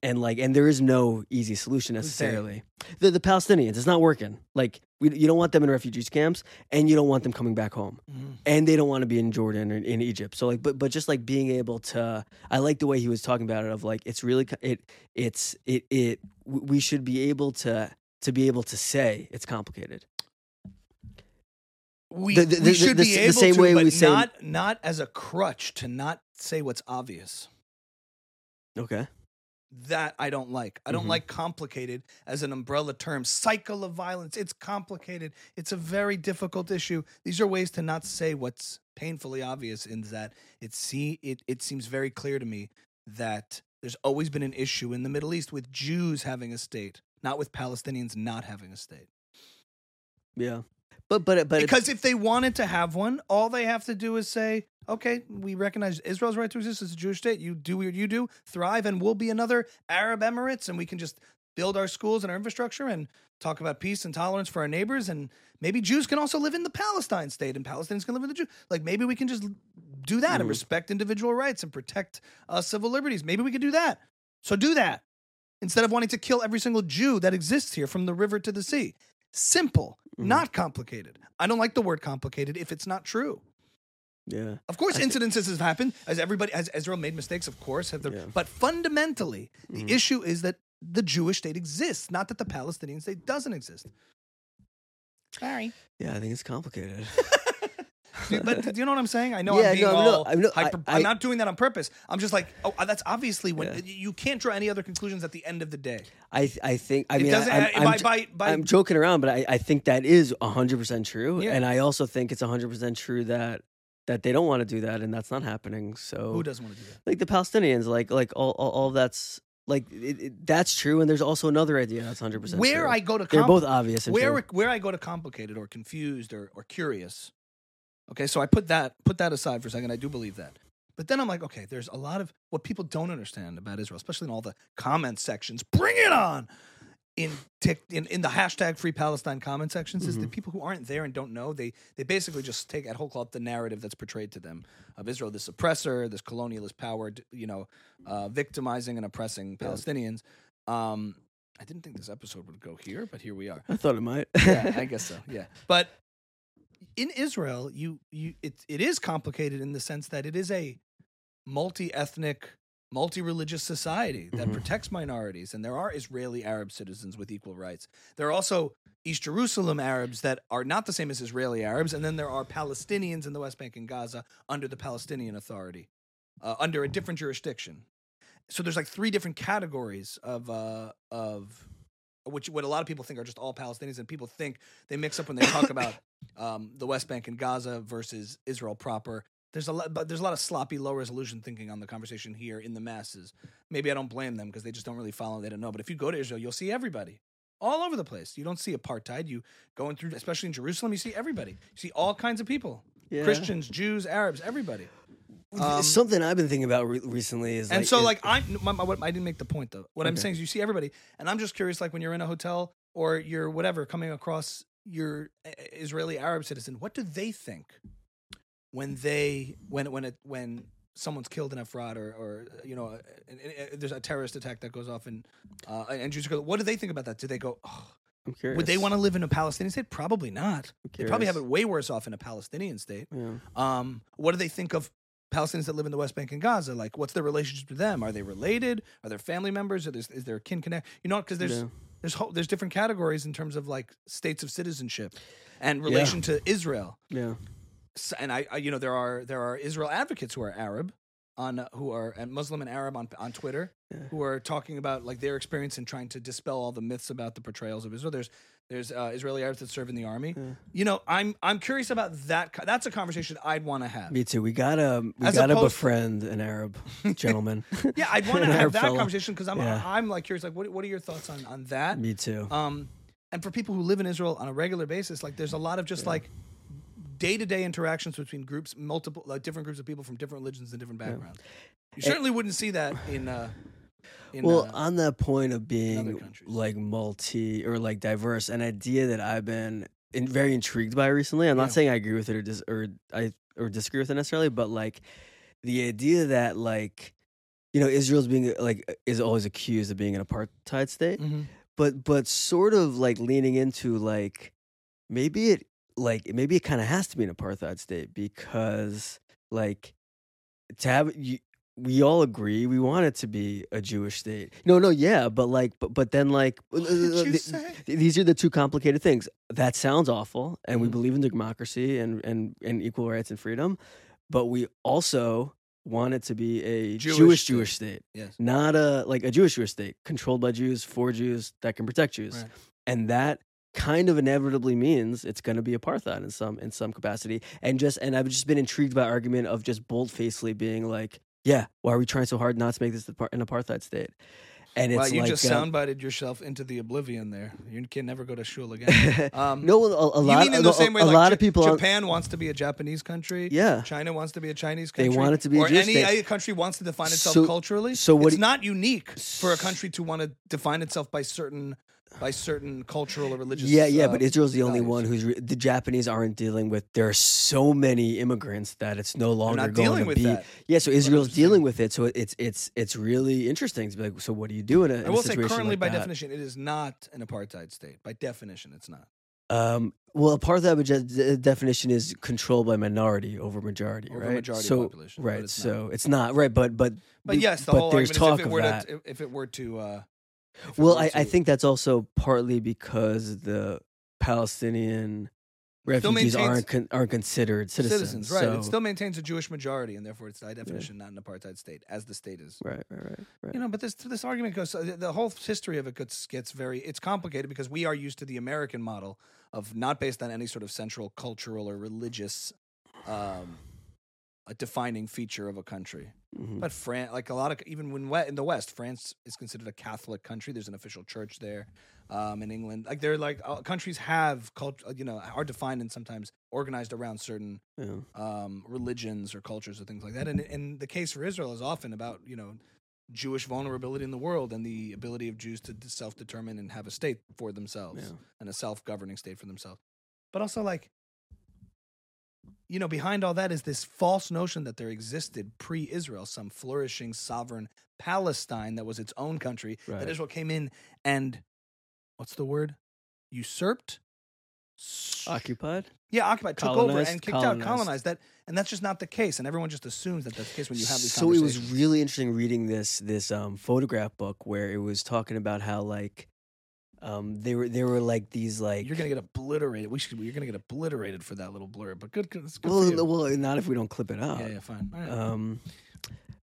S1: and like and there is no easy solution
S2: Who's they?
S1: necessarily the, the palestinians it's not working like we, you don't want them in refugee camps and you don't want them coming back home
S2: Mm-hmm.
S1: and they don't want to be in Jordan or in Egypt. So like, but but just like being able to, I like the way he was talking about it. Of like, it's really co- it it's it it w- we should be able to to be able to say it's complicated.
S2: We,
S1: The- the-
S2: we
S1: the-
S2: should
S1: the-
S2: be
S1: the
S2: able
S1: same
S2: to,
S1: way
S2: but
S1: we say-
S2: not not as a crutch to not say what's obvious.
S1: Okay.
S2: That I don't like. I don't
S1: Mhm.
S2: like complicated as an umbrella term. Cycle of violence. It's complicated. It's a very difficult issue. These are ways to not say what's painfully obvious. In that it see it it seems very clear to me that there's always been an issue in the Middle East with Jews having a state, not with Palestinians not having a state.
S1: Yeah. But but but
S2: because if they wanted to have one, all they have to do is say, "Okay, we recognize Israel's right to exist as a Jewish state. You do what you do, thrive, and we'll be another Arab Emirates, and we can just build our schools and our infrastructure and talk about peace and tolerance for our neighbors, and maybe Jews can also live in the Palestine state, and Palestinians can live in the Jew. Like maybe we can just do that and
S1: Mhm.
S2: respect individual rights and protect uh, civil liberties. Maybe we could do that. So do that instead of wanting to kill every single Jew that exists here from the river to the sea." Simple,
S1: Mhm.
S2: not complicated. I don't like the word complicated if it's not true.
S1: yeah.
S2: Of course,
S1: I thi-
S2: incidences have happened. As everybody, as Israel made mistakes, of course, have their,
S1: Yeah.
S2: but fundamentally,
S1: Mhm.
S2: the issue is that the Jewish state exists, not that the Palestinian state doesn't exist. Sorry,
S1: Yeah, I think it's complicated.
S2: Do- but do you know what I'm saying? I know
S1: Yeah,
S2: I'm being
S1: no, no,
S2: all.
S1: I'm not- I-
S2: hyper, I,
S1: I-
S2: am not doing that on purpose. I'm just like, oh, that's obviously when
S1: Yeah.
S2: you can't draw any other conclusions at the end of the day.
S1: I th- I think I
S2: it
S1: mean I,
S2: doesn't.
S1: am
S2: I- by, by, by,
S1: I'm joking around, but I, I think that is 100% true.
S2: Yeah.
S1: And I also think it's 100% true that that they don't want to do that and that's not happening. So
S2: who doesn't want to do that?
S1: like the Palestinians, like like all all, all that's like it, it, that's true, and there's also another idea that's hundred percent.
S2: Where I go to
S1: they're
S2: compli-
S1: both obvious and
S2: where
S1: true.
S2: where I go to complicated or confused or or curious. Okay, so I put that put that aside for a second. I do believe that. But then I'm like, okay, there's a lot of what people don't understand about Israel, especially in all the comment sections. Bring it on in tick in, in the hashtag free Palestine comment sections is the people who aren't there and don't know, they they basically just take at whole cloth the narrative that's portrayed to them of Israel, this oppressor, this colonialist power, d- you know, uh, victimizing and oppressing Palestinians. Um, I didn't think this episode would go here, but here we are
S1: I thought it might.
S2: yeah, I guess so. Yeah, but in Israel, you you it it is complicated in the sense that it is a multi-ethnic, multi-religious society that
S1: Mhm.
S2: protects minorities, and there are Israeli Arab citizens with equal rights. There are also East Jerusalem Arabs that are not the same as Israeli Arabs, and then there are Palestinians in the West Bank and Gaza under the Palestinian Authority, uh, under a different jurisdiction. So there's like three different categories of uh, of which what a lot of people think are just all Palestinians, and people think they mix up when they talk about um, the West Bank and Gaza versus Israel proper. There's a lot, but there's a lot of sloppy, low resolution thinking on the conversation here in the masses. Maybe I don't blame them because they just don't really follow. They don't know. But if you go to Israel, you'll see everybody all over the place. You don't see apartheid. You going through, especially in Jerusalem, you see everybody. You see all kinds of people:
S1: Yeah.
S2: Christians, Jews, Arabs, everybody. um,
S1: Something I've been thinking about re- recently is
S2: And
S1: like,
S2: so,
S1: is-
S2: like, I my, my, what- I didn't make the point though. What I'm
S1: Okay.
S2: saying is, you see everybody, and I'm just curious, like, when you're in a hotel or you're whatever coming across your uh, Israeli Arab citizen, what do they think when they when when it when someone's killed in a fraud or or you know uh, and- and- and there's a terrorist attack that goes off and uh, and Jews go, what do they think about that? Do they go, oh,
S1: I'm curious.
S2: would they want to live in a Palestinian state? Probably not.
S1: I'm
S2: They probably have it
S1: curious.
S2: way worse off in a Palestinian state.
S1: Yeah.
S2: Um, what do they think of Palestinians that live in the West Bank and Gaza? Like, what's their relationship to them? Are they related? Are there family members? Are there, is there a kin connect? You know, because there's
S1: Yeah.
S2: there's ho- there's different categories in terms of like states of citizenship and relation to Israel.
S1: Yeah.
S2: S- And I, I, you know, there are there are Israel advocates who are Arab on uh, who are and Muslim and Arab on on Twitter
S1: Yeah.
S2: who are talking about like their experience in trying to dispel all the myths about the portrayals of Israel. There's there's uh, Israeli Arabs that serve in the army.
S1: Yeah.
S2: You know, I'm I'm curious about that. co- That's a conversation I'd want to have.
S1: Me too. We gotta we
S2: As
S1: gotta
S2: opposed to-
S1: befriend an Arab gentleman.
S2: Yeah, I'd want
S1: An
S2: to have
S1: Arab
S2: that
S1: fella.
S2: conversation because I'm
S1: Yeah.
S2: I'm like curious, like what what are your thoughts on on that?
S1: Me too.
S2: Um, and for people who live in Israel on a regular basis, like there's a lot of just like day to day interactions between groups, multiple like different groups of people from different religions and different backgrounds. You certainly wouldn't see that in uh, in,
S1: Eh. well,
S2: uh,
S1: on that point of being
S2: countries.
S1: like multi or like diverse, an idea that I've been in, very intrigued by recently. I'm
S2: Yeah.
S1: not saying I agree with it or dis- or I or disagree with it necessarily, but like the idea that like you know Israel's being like is always accused of being an apartheid state,
S2: mhm.
S1: but but sort of like leaning into like maybe it like maybe it kind of has to be an apartheid state because like to have you, we all agree we want it to be a Jewish state. No, no, yeah, but like but but then like uh,
S2: What did you
S1: th-
S2: say?
S1: th- these are the two complicated things. That sounds awful, and we
S2: Mhm.
S1: believe in democracy and and and equal rights and freedom, but we also want it to be a
S2: Jewish
S1: Jewish
S2: state.
S1: Jewish state
S2: Yes.
S1: not a like a Jewish Jewish state controlled by Jews for Jews that can protect Jews,
S2: Right.
S1: and that kind of inevitably means it's going to be apartheid in some in some capacity. And just and I've just been intrigued by argument of just bold facedly being like, yeah, why are we trying so hard not to make this apar- an apartheid state? And it's
S2: Wow, you
S1: like
S2: just
S1: uh,
S2: soundbited yourself into the oblivion there. You can never go to shul again. Um,
S1: no, a, a
S2: you
S1: lot,
S2: mean
S1: a,
S2: in the same way,
S1: a
S2: like
S1: lot
S2: Ja-
S1: of people, on-
S2: Japan wants to be a Japanese country.
S1: yeah.
S2: China wants to be a Chinese
S1: They
S2: country.
S1: want it to be a
S2: or
S1: Jewish
S2: any
S1: state.
S2: other country wants to define itself
S1: So-
S2: culturally.
S1: so what
S2: it's
S1: do-
S2: not unique for a country to want to define itself by certain by certain cultural or religious.
S1: Yeah, yeah,
S2: uh,
S1: but Israel's the only
S2: values.
S1: one who's re- the Japanese aren't dealing with. There are so many immigrants that it's no longer
S2: not
S1: going
S2: dealing
S1: to
S2: with
S1: be.
S2: that.
S1: Yeah, so
S2: I'm
S1: Israel's
S2: saying.
S1: dealing with it. So it- it's it's it's really interesting to be like. So what do you do in a, in
S2: I
S1: a
S2: will say,
S1: situation
S2: currently,
S1: like
S2: by
S1: that?
S2: definition, it is not an apartheid state. By definition, it's not.
S1: Um, well, apartheid by je- de- definition is control by minority over majority,
S2: Over
S1: right?
S2: majority
S1: so,
S2: population, but
S1: right.
S2: it's not.
S1: so it's not right, but but
S2: But yes, the
S1: but
S2: whole
S1: there's
S2: argument
S1: talk
S2: is if it
S1: of
S2: were
S1: that.
S2: to if it were to. Uh, if it
S1: Well,
S2: were
S1: I, I
S2: to-
S1: think that's also partly because the Palestinian
S2: Still
S1: refugees
S2: maintains-
S1: aren't con- aren't considered citizens,
S2: right?
S1: So,
S2: It still maintains a Jewish majority, and therefore it's by definition not an apartheid state, as the state is.
S1: right, right, right, right.
S2: You know, but this this argument goes uh, the, the whole history of it gets gets very it's complicated because we are used to the American model of not based on any sort of central cultural or religious um, a defining feature of a country.
S1: Mhm.
S2: But France, like a lot of even when we- in the West, France is considered a Catholic country. There's an official church there. Um, in England, like they're like uh, countries have cult, uh, you know, are defined and sometimes organized around certain
S1: Yeah.
S2: um, religions or cultures or things like that. And, and the case for Israel is often about, you know, Jewish vulnerability in the world and the ability of Jews to self determine and have a state for themselves
S1: Yeah.
S2: and a self governing state for themselves. But also, like, you know, behind all that is this false notion that there existed pre Israel some flourishing sovereign Palestine that was its own country,
S1: Right.
S2: that Israel came in and, what's the word? Usurped? S-
S1: Occupied?
S2: yeah, occupied, took over,
S1: Colonized,
S2: and kicked
S1: colonized.
S2: out, colonized that, and that's just not the case. And everyone just assumes that that's the case when you have these.
S1: so it was
S2: conversations.
S1: really interesting reading this this um, photograph book where it was talking about how like um, they were they were like these like
S2: You're gonna get obliterated. We should. You're gonna get obliterated for that little blur. But good. good, it's good for
S1: well,
S2: you.
S1: no, well not if we don't clip it out.
S2: yeah, yeah, fine. All right.
S1: Um,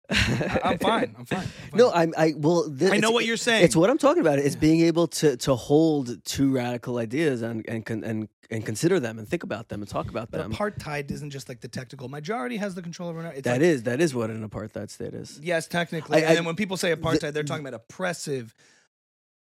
S2: I- I'm fine. I'm fine. I'm fine.
S1: No, I'm I well thi-
S2: I know
S1: it's-
S2: what you're saying.
S1: It's what I'm talking about. It's being able to to hold two radical ideas and and con- and and consider them and think about them and talk about
S2: But
S1: them.
S2: apartheid isn't just like the technical majority has the control over. It's
S1: That
S2: like,
S1: is that is what an apartheid state is.
S2: Yes, technically.
S1: I- I-
S2: and then when people say apartheid, they're talking about oppressive,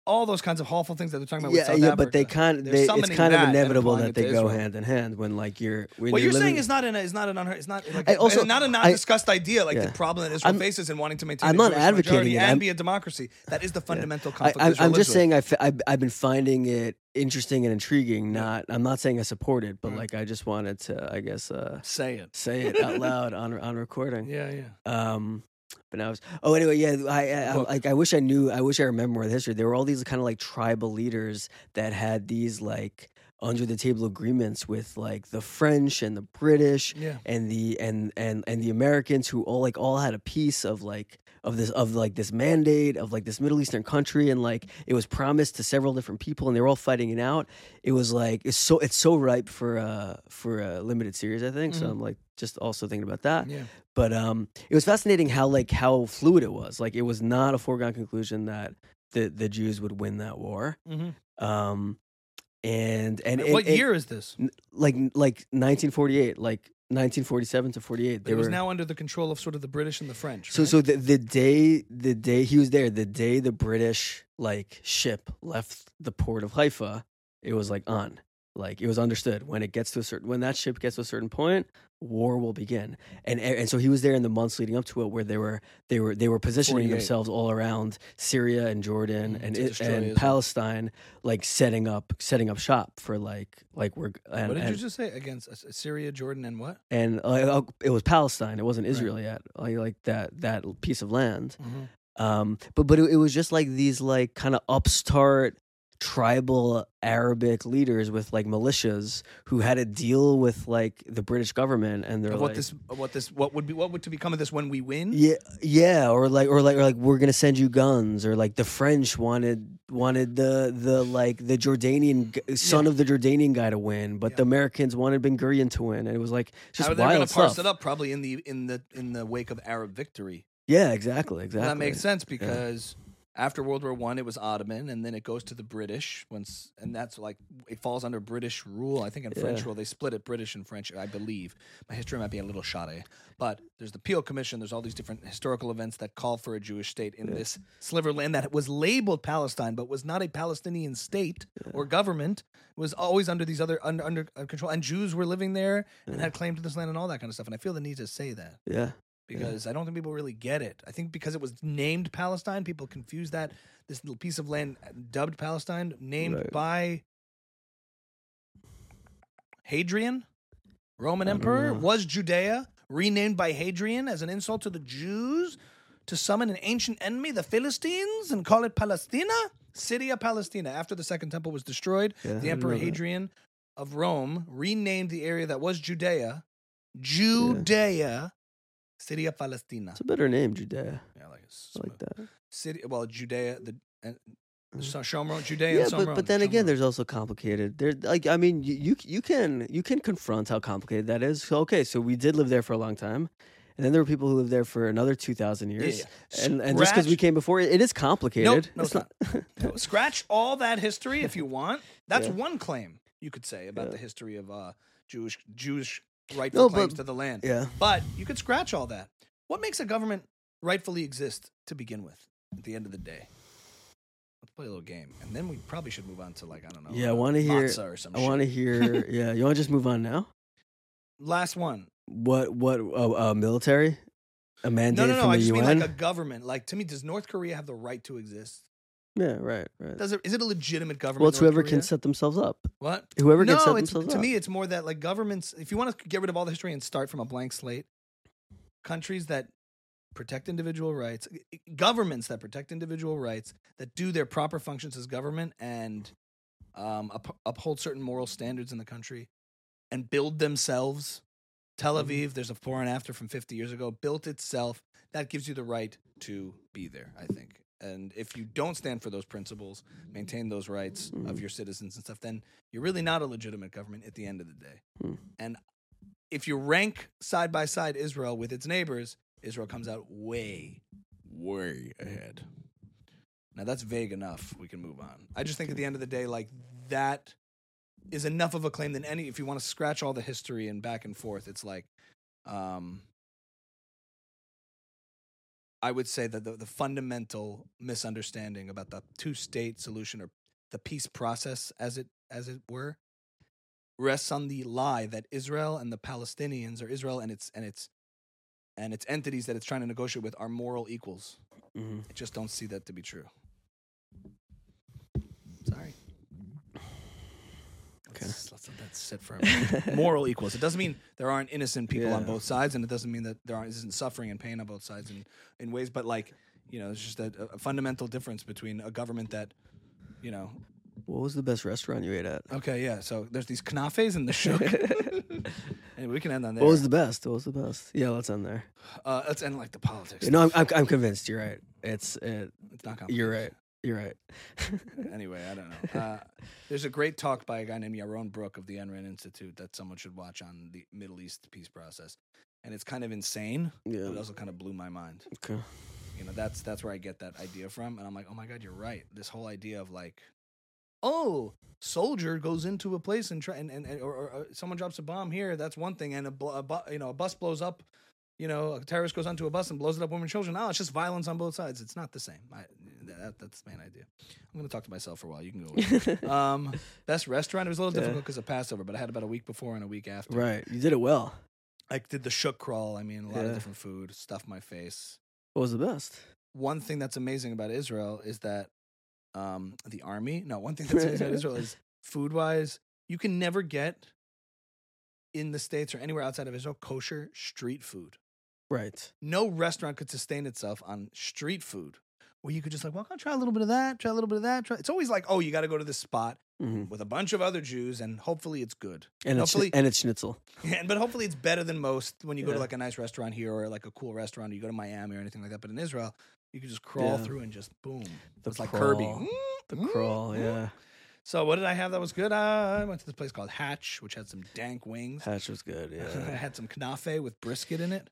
S2: all those kinds of awful things that they're talking about. with
S1: Yeah,
S2: South
S1: yeah, but they
S2: Africa.
S1: kind of
S2: They're
S1: they, it's
S2: summoning
S1: kind
S2: that
S1: of
S2: and
S1: inevitable
S2: applying
S1: that
S2: it to
S1: they go
S2: Israel.
S1: hand in hand when like you're when
S2: What
S1: you're,
S2: you're, saying
S1: living-
S2: is not an is not an unheard it's not like
S1: I also-
S2: also, not a not
S1: I-
S2: discussed idea like
S1: yeah.
S2: the problem that Israel
S1: I'm-
S2: faces in wanting to maintain
S1: I'm
S2: a
S1: not
S2: Jewish
S1: advocating
S2: majority
S1: it.
S2: and
S1: I'm-
S2: be a democracy. That is the fundamental
S1: I,
S2: conflict.
S1: I'm,
S2: Israel
S1: I'm just
S2: lives with.
S1: saying I f- I've, I've been finding it interesting and intriguing. Not I'm not saying I support it, but
S2: Right.
S1: like I just wanted to I guess uh,
S2: say it.
S1: say it out loud on on recording.
S2: Yeah, yeah.
S1: Um, but now, it's, oh, anyway, yeah, I, I, I
S2: Look.
S1: like I wish I knew. I wish I remember more of the history. There were all these kind of like tribal leaders that had these like under the table agreements with like the French and the British
S2: Yeah.
S1: and the and and and the Americans who all like all had a piece of like of this of like this mandate of like this Middle Eastern country and like it was promised to several different people and they were all fighting it out. It was like it's so it's so ripe for uh for a limited series I think. So
S2: Mhm.
S1: I'm like just also thinking about that
S2: Yeah.
S1: but um it was fascinating how like how fluid it was like it was not a foregone conclusion that the the jews would win that war um and and it-
S2: Mm-hmm. what
S1: it-
S2: year is this?
S1: like like 1948 like 1947 to 48
S2: But
S1: they
S2: it was
S1: were
S2: now under the control of sort of the British and the French.
S1: so
S2: right?
S1: so the, the day the day he was there the day the british like ship left the port of haifa it was like on Like it was understood when it gets to a certain when that ship gets to a certain point, war will begin. And and so he was there in the months leading up to it, where they were they were they were positioning
S2: 48.
S1: themselves all around Syria and Jordan
S2: Mhm,
S1: and
S2: to
S1: it,
S2: destroy
S1: and
S2: Israel.
S1: Palestine, like setting up setting up shop for like like we're and
S2: what did you
S1: and,
S2: just say against As- Syria, Jordan, and what?
S1: and uh, it was Palestine. It wasn't
S2: Right.
S1: Israel yet. Like, like that that piece of land. Um, but but it, it was just like these like kind of upstart tribal Arabic leaders with like militias who had to deal with like the British government and they're
S2: Of
S1: like
S2: what this? of What this? What would be? What would to become of this when we win?
S1: yeah yeah or like or like or like we're gonna send you guns or like the French wanted wanted the the like the Jordanian g- uh, son of the Jordanian guy to win but
S2: Yeah.
S1: the Americans wanted Ben Gurion to win and it was like just
S2: How they're
S1: wild
S2: gonna parse
S1: stuff
S2: it up probably in the in the in the wake of Arab victory.
S1: yeah exactly exactly
S2: And That makes sense because after World War One, it was Ottoman, and then it goes to the British once, and that's like it falls under British rule. I think in French
S1: Yeah.
S2: rule they split it British and French, I believe. My history might be a little shoddy, but there's the Peel Commission. There's all these different historical events that call for a Jewish state in this sliver of land that was labeled Palestine, but was not a Palestinian state or government. It was always under these other under, under uh, control, and Jews were living there and had claim to this land and all that kind of stuff. And I feel the need to say that
S1: yeah Yeah.
S2: because I don't think people really get it. I think because it was named Palestine, people confuse that this little piece of land uh, dubbed Palestine, named
S1: Right.
S2: by Hadrian, Roman
S1: I don't
S2: emperor,
S1: know.
S2: was Judea, renamed by Hadrian as an insult to the Jews to summon an ancient enemy, the Philistines, and call it Palestina, city of Palestina. After the second temple was destroyed,
S1: Yeah, I
S2: the
S1: didn't
S2: emperor
S1: know that.
S2: Hadrian of Rome renamed the area that was Judea, Judea, city of Palestina.
S1: it's a better name Judea
S2: Yeah, like, it's
S1: I like that.
S2: city. Well, Judea, the and
S1: Mhm.
S2: so- Shomron, Judea,
S1: yeah,
S2: and Shomron,
S1: but, but then again,
S2: Shomron.
S1: there's also complicated. There, like I mean, you, you you can you can confront how complicated that is. So, okay, so we did live there for a long time, and then there were people who lived there for another two thousand years.
S2: yeah.
S1: And and just because we
S2: Scratch-
S1: came before, it, it is complicated.
S2: no, it's scratch all that history if you want. That's one claim you could say about
S1: Yeah.
S2: the history of uh, Jewish Jewish rightful
S1: No, but-
S2: claims to the land.
S1: yeah,
S2: But you could scratch all that. What makes a government rightfully exist to begin with? At the end of the day, let's play a little game, and then we probably should move on to like I don't know.
S1: yeah. I
S2: uh,
S1: want to hear.
S2: matzah or some
S1: I want to
S2: shit.
S1: hear. yeah, you want to just move on now?
S2: Last one.
S1: What what uh, uh, military? A mandate
S2: No, no, no.
S1: from
S2: I
S1: the
S2: just
S1: UN?
S2: mean like a government. Like to me, does North Korea have the right to exist?
S1: yeah, right, right.
S2: Does it, is it a legitimate government?
S1: Well, it's
S2: North
S1: whoever
S2: Korea?
S1: can set themselves up.
S2: what?
S1: Whoever can
S2: no,
S1: set
S2: it's,
S1: themselves
S2: to
S1: up.
S2: me, it's more that like governments. If you want to get rid of all the history and start from a blank slate, countries that protect individual rights, governments that protect individual rights, that do their proper functions as government and um, up, uphold certain moral standards in the country, and build themselves. Tel Aviv, there's a fore and after from 50 years ago, built itself. That gives you the right to be there, I think. And if you don't stand for those principles, maintain those rights of your citizens and stuff, then you're really not a legitimate government at the end of the day.
S1: Hmm.
S2: And if you rank side by side Israel with its neighbors, Israel comes out way, way ahead. Now that's vague enough. We can move on. I just think at the end of the day, like that is enough of a claim than any. If you want to scratch all the history and back and forth, it's like, um, I would say that the, the fundamental misunderstanding about the two state solution or the peace process, as it as it were, rests on the lie that Israel and the Palestinians, or Israel and its and its and its entities that it's trying to negotiate with, are moral equals.
S1: Mhm.
S2: I just don't see that to be true. Sorry. Okay. Let's, let's let that sit for a
S1: Mm-hmm.
S2: minute. Moral equals. It doesn't mean there aren't innocent people on
S1: Yeah.
S2: both sides, and it doesn't mean that there aren't, isn't suffering and pain on both sides in, in ways, but like, you know, it's just a, a fundamental difference between a government that, you know,
S1: What was the best restaurant you ate at?
S2: okay, yeah, so there's these knafes and the shuk. and we can end on there.
S1: What was the best? What was the best? Yeah, let's end there.
S2: uh, let's end like the politics.
S1: No, I'm, I'm, I'm convinced. You're right. It's it,
S2: it's not
S1: you're right.
S2: complicated.
S1: You're right.
S2: anyway, I don't know. Uh, there's a great talk by a guy named Yaron Brook of the Enron Institute that someone should watch on the Middle East peace process, and it's kind of insane, but it
S1: Yeah.
S2: also kind of blew my mind.
S1: Okay.
S2: You know, that's that's where I get that idea from, and I'm like, oh my god, you're right. This whole idea of like, oh, soldier goes into a place and try and, and, and or, or, or someone drops a bomb here, that's one thing, and a, bl- a bu- you know a bus blows up. You know, a terrorist goes onto a bus and blows it up, women, and children. Oh, it's just violence on both sides. It's not the same. I, that, that's the main idea. I'm gonna talk to myself for a while. You can go.
S1: Uh,
S2: um, best restaurant. It was a little
S1: Yeah.
S2: difficult because of Passover, but I had about a week before and a week after.
S1: right. You did it well.
S2: I did the shook crawl. I mean, a lot
S1: Yeah.
S2: of different food. Stuffed my face.
S1: What was the best?
S2: One thing that's amazing about Israel is that um, the army. No, one thing that's amazing about Israel is food wise, you can never get in the states or anywhere outside of Israel kosher street food.
S1: Right.
S2: no restaurant could sustain itself on street food where you could just like, well, I'll try a little bit of that, try a little bit of that. Try. It's always like, oh, you got to go to this spot
S1: hmm
S2: with a bunch of other Jews and hopefully it's good.
S1: And it's
S2: Hopefully-
S1: and it's schnitzel.
S2: And, but hopefully it's better than most when you go to
S1: Yeah.
S2: like a nice restaurant here or like a cool restaurant or you go to Miami or anything like that. But in Israel, you could just crawl
S1: Yeah.
S2: through and just boom.
S1: The
S2: it's like Kirby.
S1: crawl.
S2: Mm,
S1: The
S2: mm,
S1: crawl.
S2: mm.
S1: Yeah.
S2: So what did I have that was good? I went to this place called Hatch, which had some dank wings.
S1: Hatch was good.
S2: I
S1: Yeah.
S2: had some knafe with brisket in it.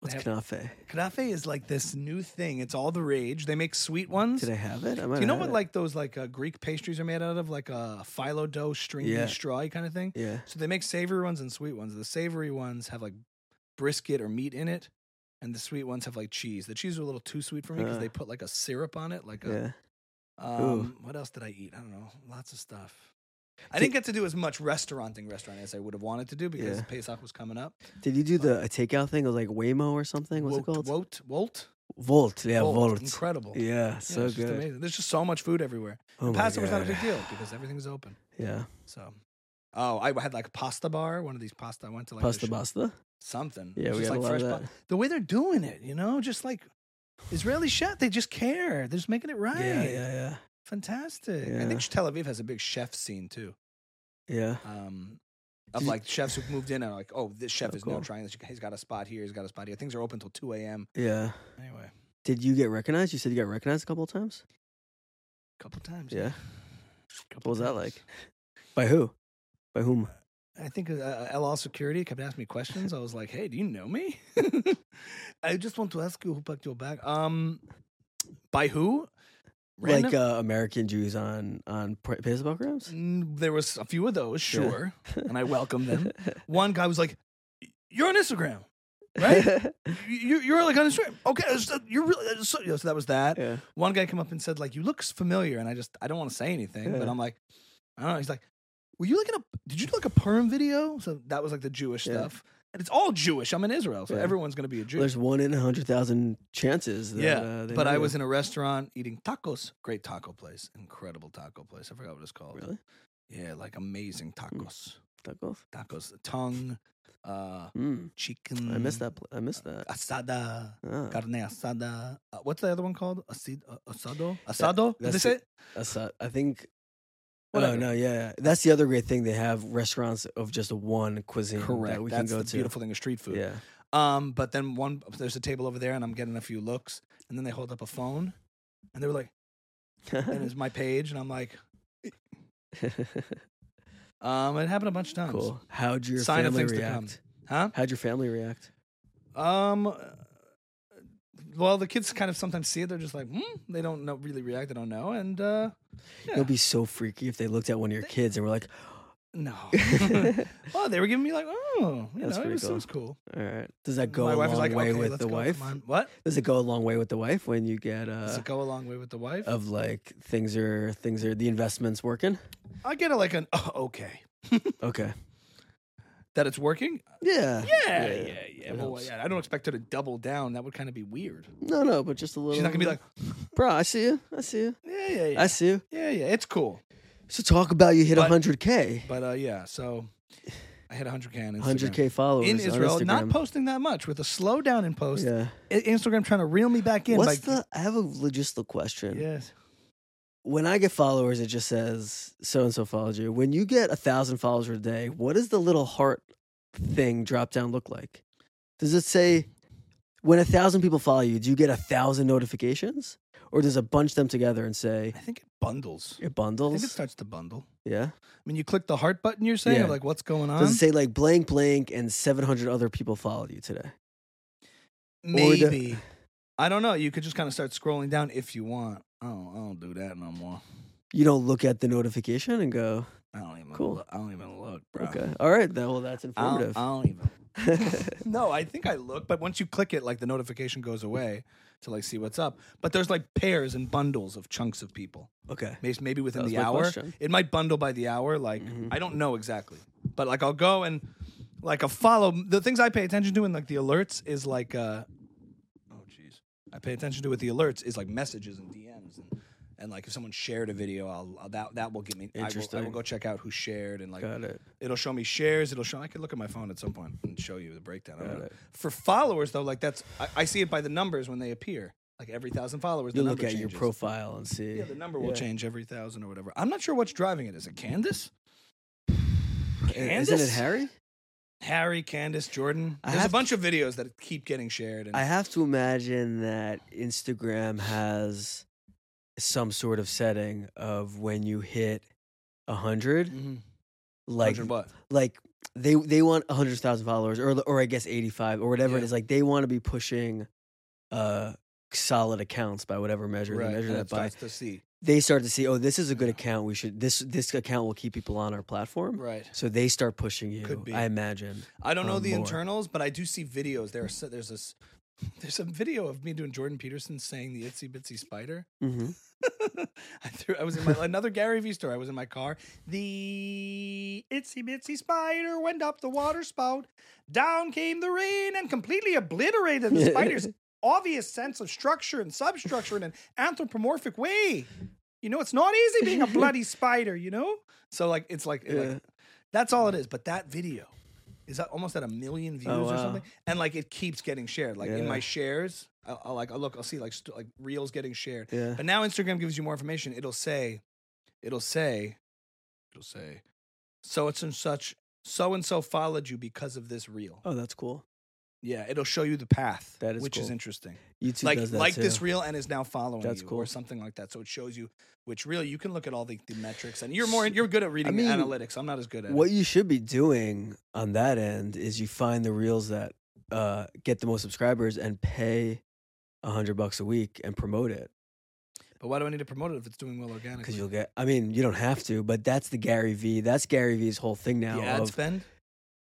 S1: What's
S2: have- Mm-hmm.
S1: knafe?
S2: Kanafe is like this new thing. It's all the rage. They make sweet ones.
S1: Did I have it? I might
S2: Do you know
S1: have
S2: what
S1: had it.
S2: like those like uh, Greek pastries are made out of? Like a phyllo dough, stringy,
S1: Yeah.
S2: strawy kind of thing.
S1: Yeah.
S2: So they make savory ones and sweet ones. The savory ones have like brisket or meat in it, and the sweet ones have like cheese. The cheese are a little too sweet for me because
S1: Uh.
S2: they put like a syrup on it. Like a,
S1: Yeah. Ooh.
S2: um, what else did I eat? I don't know. Lots of stuff. I didn't get to do as much restauranting restaurant as I would have wanted to do because
S1: Yeah.
S2: Pesach was coming up.
S1: Did you do the a takeout thing? It was like Waymo or something. What's it
S2: uh, Wolt-
S1: called?
S2: Wolt, Wolt,
S1: Volt. Yeah. Volt.
S2: Incredible.
S1: Yeah.
S2: Yeah,
S1: So
S2: it's just
S1: good.
S2: amazing. There's just so much food everywhere.
S1: Oh my
S2: Passover's not a
S1: God.
S2: big deal because everything's open.
S1: Yeah.
S2: So, oh, I had like a pasta bar. One of these pasta. I went to like the
S1: Pasta
S2: sh-
S1: basta.
S2: Something. It
S1: Yeah.
S2: was
S1: We
S2: just,
S1: got a
S2: like
S1: lot of
S2: fresh
S1: that.
S2: pa- The way they're doing it, you know, just like Israeli chef. They just care. They're just making it right.
S1: Yeah. Yeah.
S2: Fantastic. I
S1: Yeah.
S2: think Tel Aviv has a big chef scene too.
S1: Yeah. Yeah.
S2: Um, of
S1: Did you-
S2: like chefs who've moved in and are like, oh, this chef
S1: Oh,
S2: is
S1: cool.
S2: now trying this. He's got a spot here. He's got a spot here. Things are open till 2 a.m.
S1: Yeah.
S2: Anyway,
S1: Did you get recognized? You said you got recognized a couple of times.
S2: a couple times.
S1: Yeah. What
S2: Couple
S1: was that
S2: times.
S1: like? By who? By whom?
S2: I think uh, LL Security kept asking me questions. I was like, "Hey, do you know me?" I just want to ask you who packed your bag. Um, by who? Random-
S1: Like uh, American Jews on on pr- baseball grounds?
S2: Mm, there was a few of those,
S1: Yeah.
S2: sure, and I welcomed them. One guy was like, "You're on Instagram, right? you, you're like on Instagram. Okay, uh, so you're really so, you know, so that was that.
S1: yeah.
S2: One guy came up and said like, "You look familiar," and I just I don't want to say anything, but
S1: Yeah.
S2: I'm like, I don't know. He's like, "Were you looking up? Did you do like a perm video?" So that was like the Jewish
S1: Yeah.
S2: stuff, and it's all Jewish. I'm in Israel, so
S1: Yeah.
S2: everyone's gonna be a Jew.
S1: There's one in a hundred thousand chances. That,
S2: Yeah,
S1: uh, they
S2: but
S1: know
S2: I
S1: you.
S2: was in a restaurant eating tacos. Great taco place, incredible taco place. I forgot what it's called.
S1: really Hmm.
S2: Yeah, like amazing tacos,
S1: tacos.
S2: tacos, tongue, uh,
S1: Mm.
S2: chicken.
S1: I missed that. pl- I missed that.
S2: Asada,
S1: Ah,
S2: carne asada. Uh, what's the other one called? Asid, uh, asado, asado. Is
S1: that's
S2: this
S1: it.
S2: it?
S1: that's not- I think.
S2: Whatever.
S1: Oh no, yeah, yeah. That's the other great thing. They have restaurants of just one cuisine
S2: Correct.
S1: that we
S2: That's
S1: can go
S2: the
S1: to.
S2: beautiful thing of street food.
S1: Yeah.
S2: Um, but then one there's a table over there, and I'm getting a few looks, and then they hold up a phone, and they were like, "And it's my page," and I'm like, "Um, it happened a bunch of times."
S1: cool. How'd your
S2: Sign of
S1: family
S2: things to come.
S1: react?
S2: Huh?
S1: How'd your family react?
S2: Um. uh, Well, the kids kind of sometimes see it. They're just like, hmm. They don't know, really react. They don't know. And uh, yeah.
S1: It'll be so freaky if they looked at one of your kids and were like,
S2: no.
S1: "All
S2: oh, they were giving me like, oh, you
S1: That's
S2: know, it
S1: pretty
S2: was,
S1: cool.
S2: it was cool.
S1: right." Does that go
S2: My
S1: a
S2: wife
S1: long
S2: was like,
S1: way
S2: okay,
S1: with
S2: let's
S1: the
S2: go,
S1: wife?
S2: come on. What?
S1: Does it go a long way with the wife when you get
S2: Does
S1: uh,
S2: it go a long way with the wife?
S1: of like things are things are the investments working?
S2: I get a, like an oh, okay
S1: Okay.
S2: that it's working.
S1: Yeah.
S2: Yeah, yeah, yeah.
S1: It
S2: Well,
S1: helps.
S2: yeah, I don't expect her to double down. That would kind of be weird.
S1: No, no, but just a little.
S2: She's not gonna be like,
S1: "Bro, I see you. I see you.
S2: yeah, yeah, yeah,
S1: I see you."
S2: yeah, yeah. It's cool.
S1: So talk about you hit
S2: But-
S1: hundred k,
S2: But uh, yeah. So I hit 100k on Instagram.
S1: hundred k followers
S2: in
S1: on
S2: Israel, not
S1: Instagram.
S2: posting that much with a slowdown in posts.
S1: yeah.
S2: I- Instagram trying to reel me back in.
S1: What's
S2: like,
S1: the? I have a logistical question.
S2: Yes.
S1: When I get followers, it just says so and so follows you. When you get a thousand followers a day, what does the little heart thing drop down look like? Does it say when a thousand people follow you, do you get a thousand notifications, or does it bunch them together and say
S2: I think it bundles.
S1: it
S2: I think it
S1: bundles?
S2: starts to bundle.
S1: yeah.
S2: I mean, you click the heart button. You're saying
S1: Yeah.
S2: of like, what's going on?
S1: Does it say like blank blank and seven hundred other people followed you today? or do-
S2: Maybe. I don't know. You could just kind of start scrolling down if you want. I don't. I don't do that no more.
S1: You don't look at the notification and go,
S2: I don't even.
S1: Cool.
S2: Look, I don't even look, bro.
S1: okay, all right, then well that's
S2: I don't,
S1: informative.
S2: I don't even. no, I think I look, but once you click it, like the notification goes away. to like see what's up. But there's like pairs and bundles of chunks of people.
S1: Okay.
S2: Maybe, maybe
S1: That
S2: within
S1: was
S2: the
S1: my
S2: hour.
S1: question. Mm-hmm.
S2: It might bundle by the hour. Like I don't know exactly, but like I'll go and like a follow. The things I pay attention to in like the alerts is like uh oh jeez, I pay attention to with the alerts is like messages and DMs and. And like if someone shared a video, I'll, I'll that that will get me. I will- I will,
S1: Interesting.
S2: go check out who shared and like
S1: Got it.
S2: It'll show me shares. It'll show. I could look at my phone at some point and show you the breakdown. I don't
S1: Got
S2: know.
S1: it.
S2: For followers though, like that's I, I see it by the numbers when they appear. Like every thousand followers,
S1: You
S2: the
S1: look at
S2: number
S1: your
S2: changes.
S1: profile and see.
S2: Yeah, the number will
S1: Yeah.
S2: change every thousand or whatever. I'm not sure what's driving it. Is it Candace? Candace?
S1: Isn't it Harry?
S2: Harry, Candace, Jordan.
S1: I
S2: There's a
S1: have-
S2: bunch of videos that keep getting shared. And
S1: I have to imagine that Instagram has some sort of setting of when you hit a hundred,
S2: Mhm.
S1: like
S2: Hundred what?
S1: like they they want hundred thousand followers, or or I guess eighty five or whatever it
S2: Yeah.
S1: is. Like they want to be pushing uh solid accounts by whatever measure
S2: Right.
S1: they measure
S2: and
S1: that
S2: it
S1: by.
S2: starts to see.
S1: They start to see, oh, this is a good account. We should this this account will keep people on our platform.
S2: Right.
S1: So they start pushing you.
S2: Could be.
S1: I imagine.
S2: I don't know
S1: Um,
S2: the
S1: more.
S2: internals, but I do see videos. There are so- there's this there's a video of me doing Jordan Peterson saying the itsy bitsy spider.
S1: hmm
S2: I threw. I was in my another Gary Vee story. I was in my car. The itsy bitsy spider went up the water spout. Down came the rain and completely obliterated the spider's obvious sense of structure and substructure in an anthropomorphic way. You know, it's not easy being a bloody spider. You know, so like it's like, it, like,
S1: Yeah.
S2: that's all it is. But that video is at- almost at a million views
S1: Oh,
S2: or
S1: wow.
S2: something, and like it keeps getting shared. Like in
S1: Yeah.
S2: my shares, I'll, I'll like I'll look, I'll see like st- like reels getting shared.
S1: Yeah.
S2: But now Instagram gives you more information. It'll say, it'll say, it'll say, so it's and such, so and so followed you because of this reel.
S1: Oh, that's cool.
S2: Yeah, it'll show you the path.
S1: That is
S2: which is
S1: cool.
S2: interesting.
S1: YouTube
S2: like
S1: does that
S2: like
S1: too.
S2: this reel and is now following
S1: That's
S2: you or
S1: cool.
S2: something like that. So it shows you which reel you can look at all the, the metrics and you're more you're good at reading
S1: mean,
S2: analytics. I'm not as good at
S1: What
S2: it.
S1: you should be doing on that end is you find the reels that uh, get the most subscribers and pay a hundred bucks a week and promote it
S2: But why do I need to promote it if it's doing well
S1: because
S2: organically?
S1: you'll get. I mean, you don't have to, but that's the Gary V. That's Gary V's whole thing
S2: the
S1: now.
S2: ad
S1: of,
S2: spend.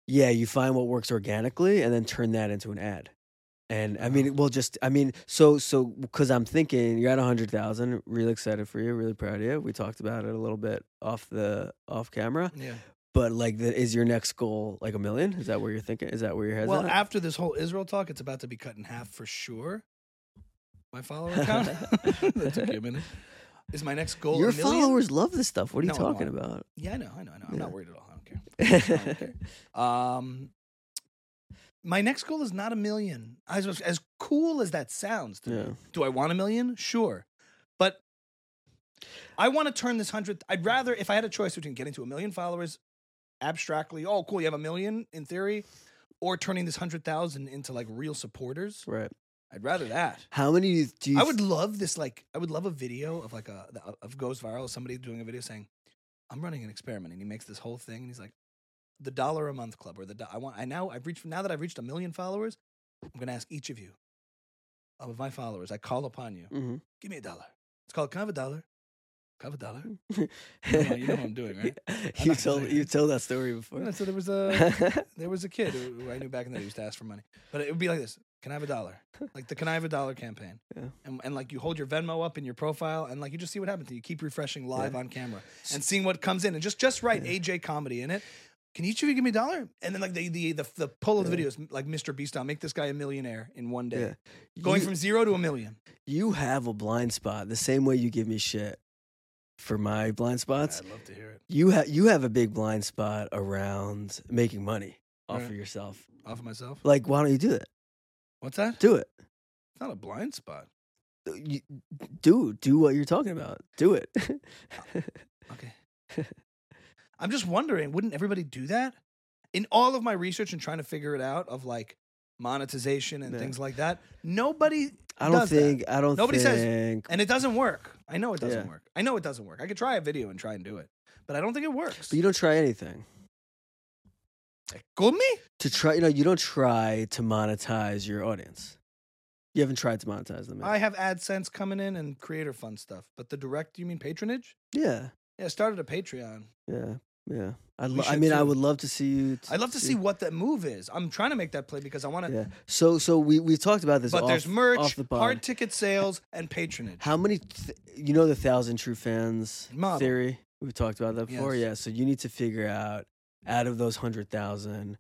S1: yeah, you find what works organically and then turn that into an ad. And I mean, well, just I mean, so so because I'm thinking you're at a hundred thousand. Really excited for you. Really proud of you. We talked about it a little bit off the off camera.
S2: Yeah.
S1: But like, the, is your next goal like a million? Is that where you're thinking? Is that where your head's
S2: Well,
S1: at?
S2: after this whole Israel talk, it's about to be cut in half for sure. My follower count. that took you a minute. Is my next goal
S1: Your
S2: a million?
S1: followers love this stuff. What are you
S2: No, I don't
S1: talking about?
S2: Yeah, I know, I know, I know. I'm not
S1: Yeah.
S2: worried at all. I don't care. Okay. Um, my next goal is not a million. As as cool as that sounds to
S1: Yeah.
S2: me, do I want a million? Sure, but I want to turn this hundred. I'd rather, if I had a choice between getting to a million followers abstractly, oh cool, you have a million in theory, or turning this hundred thousand into like real supporters.
S1: right.
S2: I'd rather that.
S1: How many do you? Do you
S2: I would love this. Like, I would love a video of like a the- of goes viral. Somebody doing a video saying, "I'm running an experiment," and he makes this whole thing, and he's like, "The dollar a month club," or the do- I want. I now I've reached now that I've reached a million followers. I'm gonna ask each of you, of my followers, I call upon you.
S1: Mhm.
S2: Give me a dollar. It's called kind of a dollar. Kind of a dollar. You know, you know what I'm doing, right?
S1: you
S2: not
S1: told
S2: doing
S1: you
S2: it.
S1: told that story before.
S2: Yeah, So there was a there was a kid who who I knew back in the day who used to ask for money. But it would be like this: "Can I have a dollar?" Like the "Can I have a dollar?" campaign.
S1: Yeah.
S2: And, and like you hold your Venmo up in your profile, and like you just see what happens. You keep refreshing live
S1: Yeah.
S2: on camera and seeing what comes in, and just just write AJ comedy in it. Can each of you give me a dollar? And then like the the the, the pull of the
S1: Yeah.
S2: videos, like Mr. Beast, I'll make this guy a millionaire in one day,
S1: yeah.
S2: going
S1: you,
S2: from zero to a million.
S1: you have a blind spot the same way you give me shit for my blind spots.
S2: love to hear it
S1: You have you have a big blind spot around making money off
S2: Right.
S1: of yourself.
S2: off of myself.
S1: Like, why don't you do that?
S2: What's that?
S1: Do it.
S2: It's not a blind spot.
S1: You, do do what you're talking about. Do it.
S2: Okay. I'm just wondering, wouldn't everybody do that? In all of my research and trying to figure it out of like monetization and
S1: Yeah.
S2: things like that, nobody
S1: I don't
S2: does that.
S1: think I don't
S2: Nobody says,
S1: think
S2: and it doesn't work. I know it doesn't
S1: Yeah.
S2: work. I know it doesn't work. I could try a video and try and do it, but I don't think it works.
S1: But you don't try anything.
S2: Go me?
S1: To try, you know, you don't try to monetize your audience. You haven't tried to monetize them. yet.
S2: I have AdSense coming in and creator fund stuff, but the direct, you mean patronage?
S1: yeah,
S2: Yeah, I started a Patreon.
S1: yeah. Yeah. I'd lo- I
S2: should
S1: mean, I
S2: too.
S1: would love to see you. t-
S2: I'd love to see what that move is. I'm trying to make that play because I want to.
S1: Yeah. So, so we we talked about this.
S2: But
S1: off,
S2: there's merch,
S1: off the pod.
S2: hard ticket sales, and patronage.
S1: How many? Th- you know the thousand true fans
S2: Model.
S1: theory. We've talked about that before.
S2: Yes.
S1: Yeah. So you need to figure out out of those hundred thousand,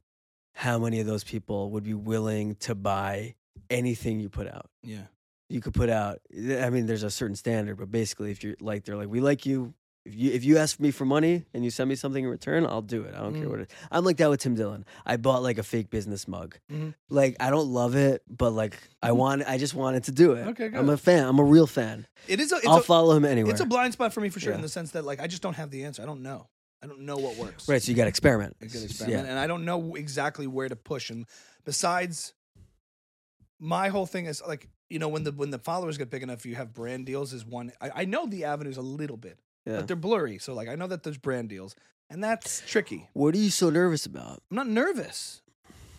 S1: how many of those people would be willing to buy anything you put out.
S2: Yeah.
S1: You could put out. eh, I mean, there's a certain standard, but basically, if you're like, they're like, we like you. If you if you ask me for money and you send me something in return, I'll do it. I don't care
S2: Mm.
S1: what it. I'm like that with Tim Dillon. I bought like a fake business mug.
S2: Mhm.
S1: Like I don't love it, but like I want. I just wanted to do it.
S2: Mm-hmm. Okay,
S1: I'm
S2: good.
S1: a fan. I'm a real fan.
S2: It is a. It's
S1: I'll
S2: a,
S1: follow him anywhere.
S2: It's a blind spot for me for sure
S1: Yeah.
S2: in the sense that like I just don't have the answer. I don't know. I don't know what works.
S1: right, so you got to experiment.
S2: I could
S1: S-
S2: experiment, and I don't know exactly where to push. And besides, my whole thing is like you know when the when the followers get big enough, you have brand deals is one. I, I know the avenues a little bit,
S1: Yeah.
S2: but they're blurry. So like I know that there's brand deals, and that's tricky.
S1: What are you so nervous about?
S2: I'm not nervous.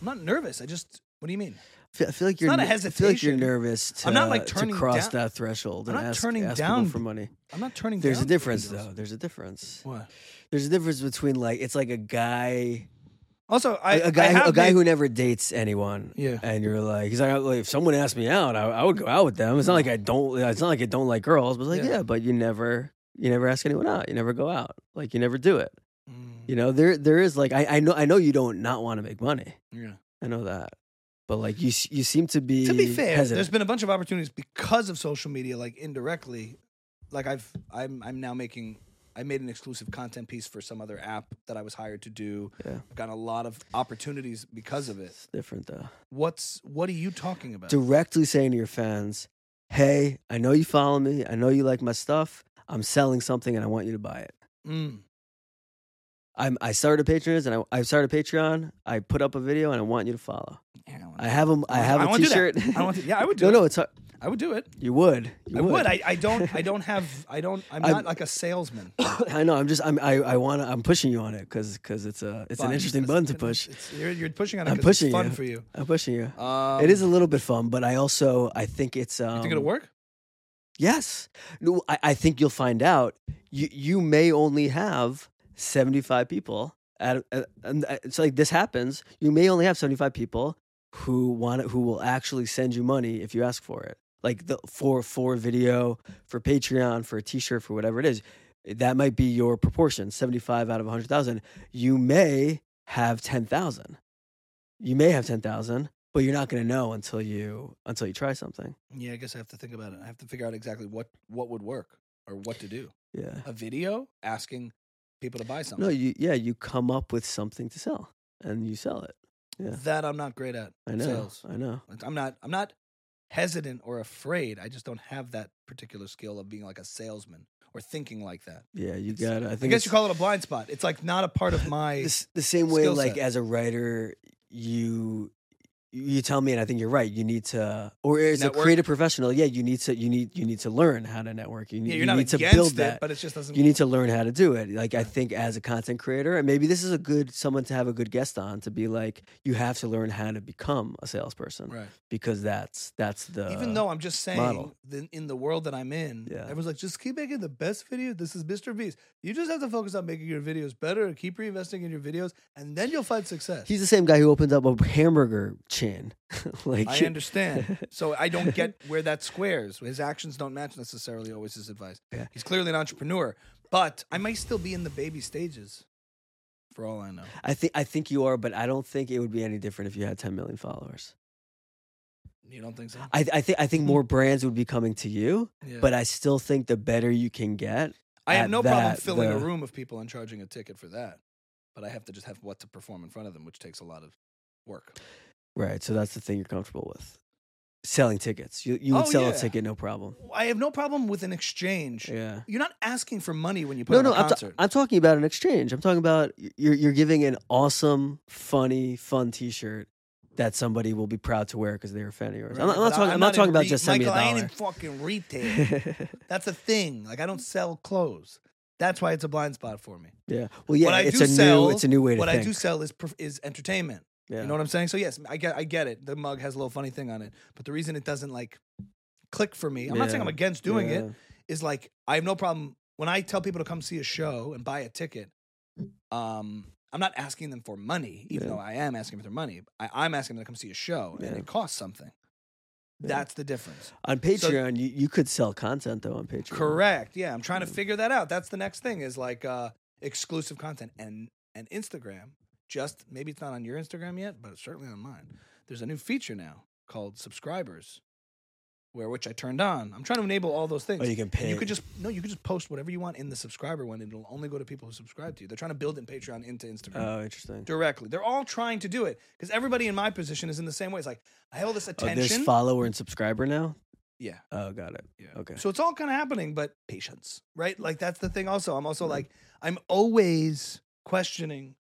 S2: I'm not nervous. I just. What do you mean?
S1: I feel, I feel like you're.
S2: not a
S1: ne- I feel like you're
S2: hesitation.
S1: nervous to,
S2: I'm not, like,
S1: to
S2: turning
S1: cross
S2: down-
S1: that threshold.
S2: I'm
S1: and
S2: not
S1: ask-
S2: turning
S1: ask
S2: down-
S1: people for money.
S2: I'm not turning.
S1: There's a
S2: down
S1: difference,
S2: brand deals.
S1: though. There's a difference.
S2: What?
S1: There's a difference between like it's like a guy,
S2: Also, I
S1: a guy,
S2: I
S1: who-
S2: have
S1: a guy
S2: made-
S1: who never dates anyone.
S2: Yeah.
S1: And you're like, he's like, like, if someone asked me out, I, I would go out with them. It's not like I don't. It's not like I don't like girls, but like,
S2: Yeah.
S1: yeah, but you never, you never ask anyone out. You never go out. Like you never do it.
S2: Mm,
S1: You know, there there is like I, I know I know you don't not want to make money.
S2: yeah.
S1: I know that, but like you s- you seem to be
S2: to be fair,
S1: hesitant.
S2: there's been a bunch of opportunities because of social media, like indirectly. Like I've I'm I'm now making I made an exclusive content piece for some other app that I was hired to do.
S1: Yeah.
S2: I've gotten a lot of opportunities because of it.
S1: it's different though.
S2: What's what are you talking about?
S1: Directly saying to your fans, "Hey, I know you follow me. I know you like my stuff. I'm selling something, and I want you to buy it."
S2: Mm,
S1: I'm I started Patreon, and I, I started Patreon. I put up a video, and I want you to follow.
S2: yeah, I, wanna-
S1: I have a I
S2: wanna-
S1: have
S2: I
S1: a
S2: wanna do that.
S1: T-shirt.
S2: I don't want to, yeah, I would do
S1: no,
S2: it.
S1: no, it's hard.
S2: I would do it.
S1: You would. You
S2: I would. I, I don't I don't have I don't I'm,
S1: I'm-
S2: not like a salesman.
S1: I know. I'm just. I'm. I. I want. to I'm pushing you on it because it's a. It's an
S2: Fine.
S1: interesting
S2: It's-
S1: button to
S2: it's-
S1: push.
S2: it's- you're, you're pushing on it
S1: I'm
S2: 'cause it's
S1: pushing
S2: fun
S1: you.
S2: for you.
S1: I'm pushing you.
S2: Um,
S1: it is a little bit fun, but I also I think it's. Um,
S2: You think it'll work?
S1: Yes. No, I, I think you'll find out. You you may only have seventy five people. At, at, and uh, it's like this happens. You may only have seventy five people who want it, who will actually send you money if you ask for it. Like the for for video, for Patreon, for a T shirt, for whatever it is. That might be your proportion. Seventy five out of hundred thousand. You may have ten thousand. You may have ten thousand, but you're not going to know until you until you try something.
S2: Yeah, I guess I have to think about it. I have to figure out exactly what what would work or what to do.
S1: Yeah.
S2: A video asking people to buy something
S1: No, you yeah, you come up with something to sell and you sell it. yeah.
S2: that I'm not great at.
S1: I know.
S2: Sales.
S1: I know.
S2: I'm not. I'm not hesitant or afraid. I just don't have that particular skill of being like a salesman or thinking like that.
S1: Yeah, you
S2: It's-
S1: got. I
S2: I
S1: think
S2: guess you
S1: it's
S2: call it a blind spot. It's like not a part of my.
S1: this, the same way.
S2: skill
S1: Like
S2: set.
S1: as a writer, you you tell me, and I think you're right. You need to, or as a
S2: Network.
S1: creative professional, yeah, you need to. You need you need to learn how to network. You need,
S2: yeah,
S1: you
S2: you're not
S1: need to
S2: against
S1: build
S2: it,
S1: that.
S2: but it just doesn't.
S1: you need to learn how to do it. Like I
S2: Right.
S1: think as a content creator, and maybe this is a good someone to have a good guest on to be like, you have to learn how to become a salesperson
S2: right.
S1: because that's that's the
S2: Even though I'm just saying
S1: Uh, model.
S2: that in the world that I'm in,
S1: Yeah.
S2: everyone's like, just keep making the best videos. This is Mr. Beast. You just have to focus on making your videos better and keep reinvesting in your videos, and then you'll find success.
S1: He's the same guy who opened up a hamburger chain. like
S2: I understand. so I don't get where that squares. His actions don't match necessarily always his advice.
S1: Yeah.
S2: He's clearly an entrepreneur, but I might still be in the baby stages for all I know.
S1: I think I think you are, but I don't think it would be any different if you had 10 million followers.
S2: You don't think so?
S1: I I think I think more brands would be coming to you,
S2: Hmm. Yeah.
S1: but I still think the better you can get.
S2: I have
S1: at
S2: no problem
S1: that,
S2: filling a
S1: the-
S2: room of people and charging a ticket for that. But I have to just have what to perform in front of them, which takes a lot of work.
S1: Right. So that's the thing you're comfortable with. Selling tickets. You you would
S2: Oh,
S1: sell a
S2: yeah.
S1: ticket no problem.
S2: I have no problem with an exchange.
S1: Yeah.
S2: You're not asking for money when you put
S1: No,
S2: on
S1: no,
S2: a
S1: I'm, ta-
S2: concert.
S1: I'm talking about an exchange. I'm talking about y- you're you're giving an awesome, funny, fun T-shirt that somebody will be proud to wear because they're a fan of yours. I'm not, I'm not
S2: But
S1: talking. I'm not talking
S2: in
S1: about
S2: re-
S1: just send me
S2: Michael,
S1: a
S2: I ain't
S1: dollar.
S2: in fucking retail. That's a thing. Like I don't sell clothes. That's why it's a blind spot for me.
S1: Yeah. Well, yeah.
S2: what I
S1: it's
S2: do
S1: a
S2: sell,
S1: new. It's a new way to
S2: what
S1: think.
S2: I do sell is perf- is entertainment.
S1: yeah.
S2: You know what I'm saying? So yes, I get I get it. The mug has a little funny thing on it, but the reason it doesn't like click for me, I'm not saying
S1: Yeah.
S2: I'm against doing it. Is like I have no problem when I tell people to come see a show and buy a ticket. Um, I'm not asking them for money, even
S1: Mm. Yeah.
S2: though I am asking for their money. I, I'm asking them to come see a show, and
S1: Yeah.
S2: it costs something.
S1: Yeah.
S2: That's the difference.
S1: on Patreon, you, you could sell content though on Patreon.
S2: Correct. Yeah, I'm trying to
S1: Yeah.
S2: figure that out. That's the next thing is like uh, exclusive content and and Instagram. Just maybe it's not on your Instagram yet, but it's certainly on mine. There's a new feature now called subscribers, where which I turned on. I'm trying to enable all those things.
S1: Oh, you can
S2: And
S1: pay.
S2: You could just no, you could just post whatever you want in the subscriber one. and It'll only go to people who subscribe to you. They're trying to build in Patreon into Instagram
S1: Oh, interesting.
S2: directly. They're all trying to do it because everybody in my position is in the same way. It's like I have all this
S1: Oh, there's
S2: attention.
S1: follower and subscriber now.
S2: yeah,
S1: Oh, got it.
S2: yeah.
S1: Okay.
S2: So it's all kind of happening, but patience, right? Like that's the thing. Also, I'm also like I'm always questioning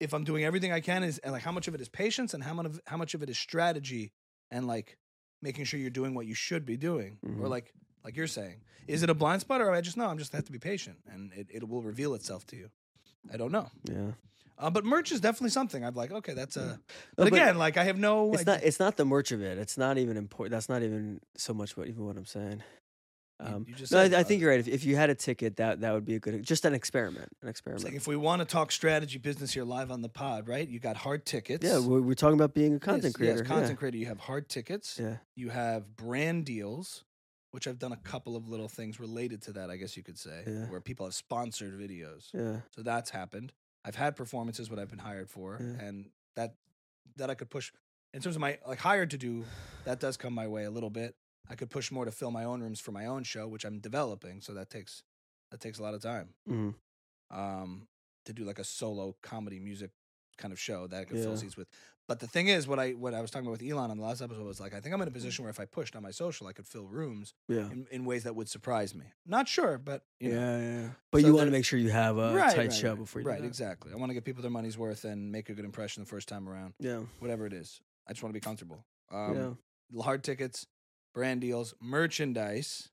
S2: if I'm doing everything I can is and like how much of it is patience and how much of how much of it is strategy and like making sure you're doing what you should be doing or
S1: Mhm.
S2: like like you're saying is it a blind spot or am I just no I'm just have to be patient and it, it will reveal itself to you. I don't know,
S1: Yeah.
S2: uh, but merch is definitely something I've like. Okay, that's a.
S1: No,
S2: But, again, like I have no.
S1: it's
S2: idea-
S1: not. It's not the merch of it. It's not even important. That's not even so much what even what I'm saying.
S2: You-
S1: Um,
S2: you just
S1: no, I,
S2: said,
S1: I
S2: uh,
S1: think you're right. If, if you had a ticket, that that would be a good just an experiment. An
S2: It's like
S1: experiment.
S2: if we want to talk strategy business here live on the pod, right? You got hard tickets.
S1: yeah, we're, we're talking about being a content
S2: Yes, yes,
S1: creator.
S2: content creator. You have hard tickets.
S1: yeah. yeah.
S2: You have brand deals, which I've done a couple of little things related to that. I guess you could say
S1: Yeah.
S2: where people have sponsored videos.
S1: Yeah.
S2: So that's happened. I've had performances what I've been hired for,
S1: Yeah.
S2: and that that I could push in terms of my like hired to do. That does come my way a little bit. I could push more to fill my own rooms for my own show, which I'm developing. So that takes that takes a lot of time
S1: Mhm.
S2: um, to do like a solo comedy music kind of show that I could fill
S1: Yeah.
S2: seats with. But the thing is, what I what I was talking about with Elon on the last episode was like, I think I'm
S1: Mm.
S2: in a position where if I pushed on my social, I could fill rooms
S1: Yeah.
S2: in, in ways that would surprise me. Not sure, but you know.
S1: yeah, yeah. But
S2: So
S1: you want to
S2: there-
S1: make sure you have a
S2: Right,
S1: tight
S2: right,
S1: show
S2: right,
S1: before you
S2: right,
S1: do that.
S2: exactly. I want to give people their money's worth and make a good impression the first time around,
S1: Yeah,
S2: whatever it is. I just want to be comfortable.
S1: yeah.
S2: Um, Hard tickets, brand deals, merchandise,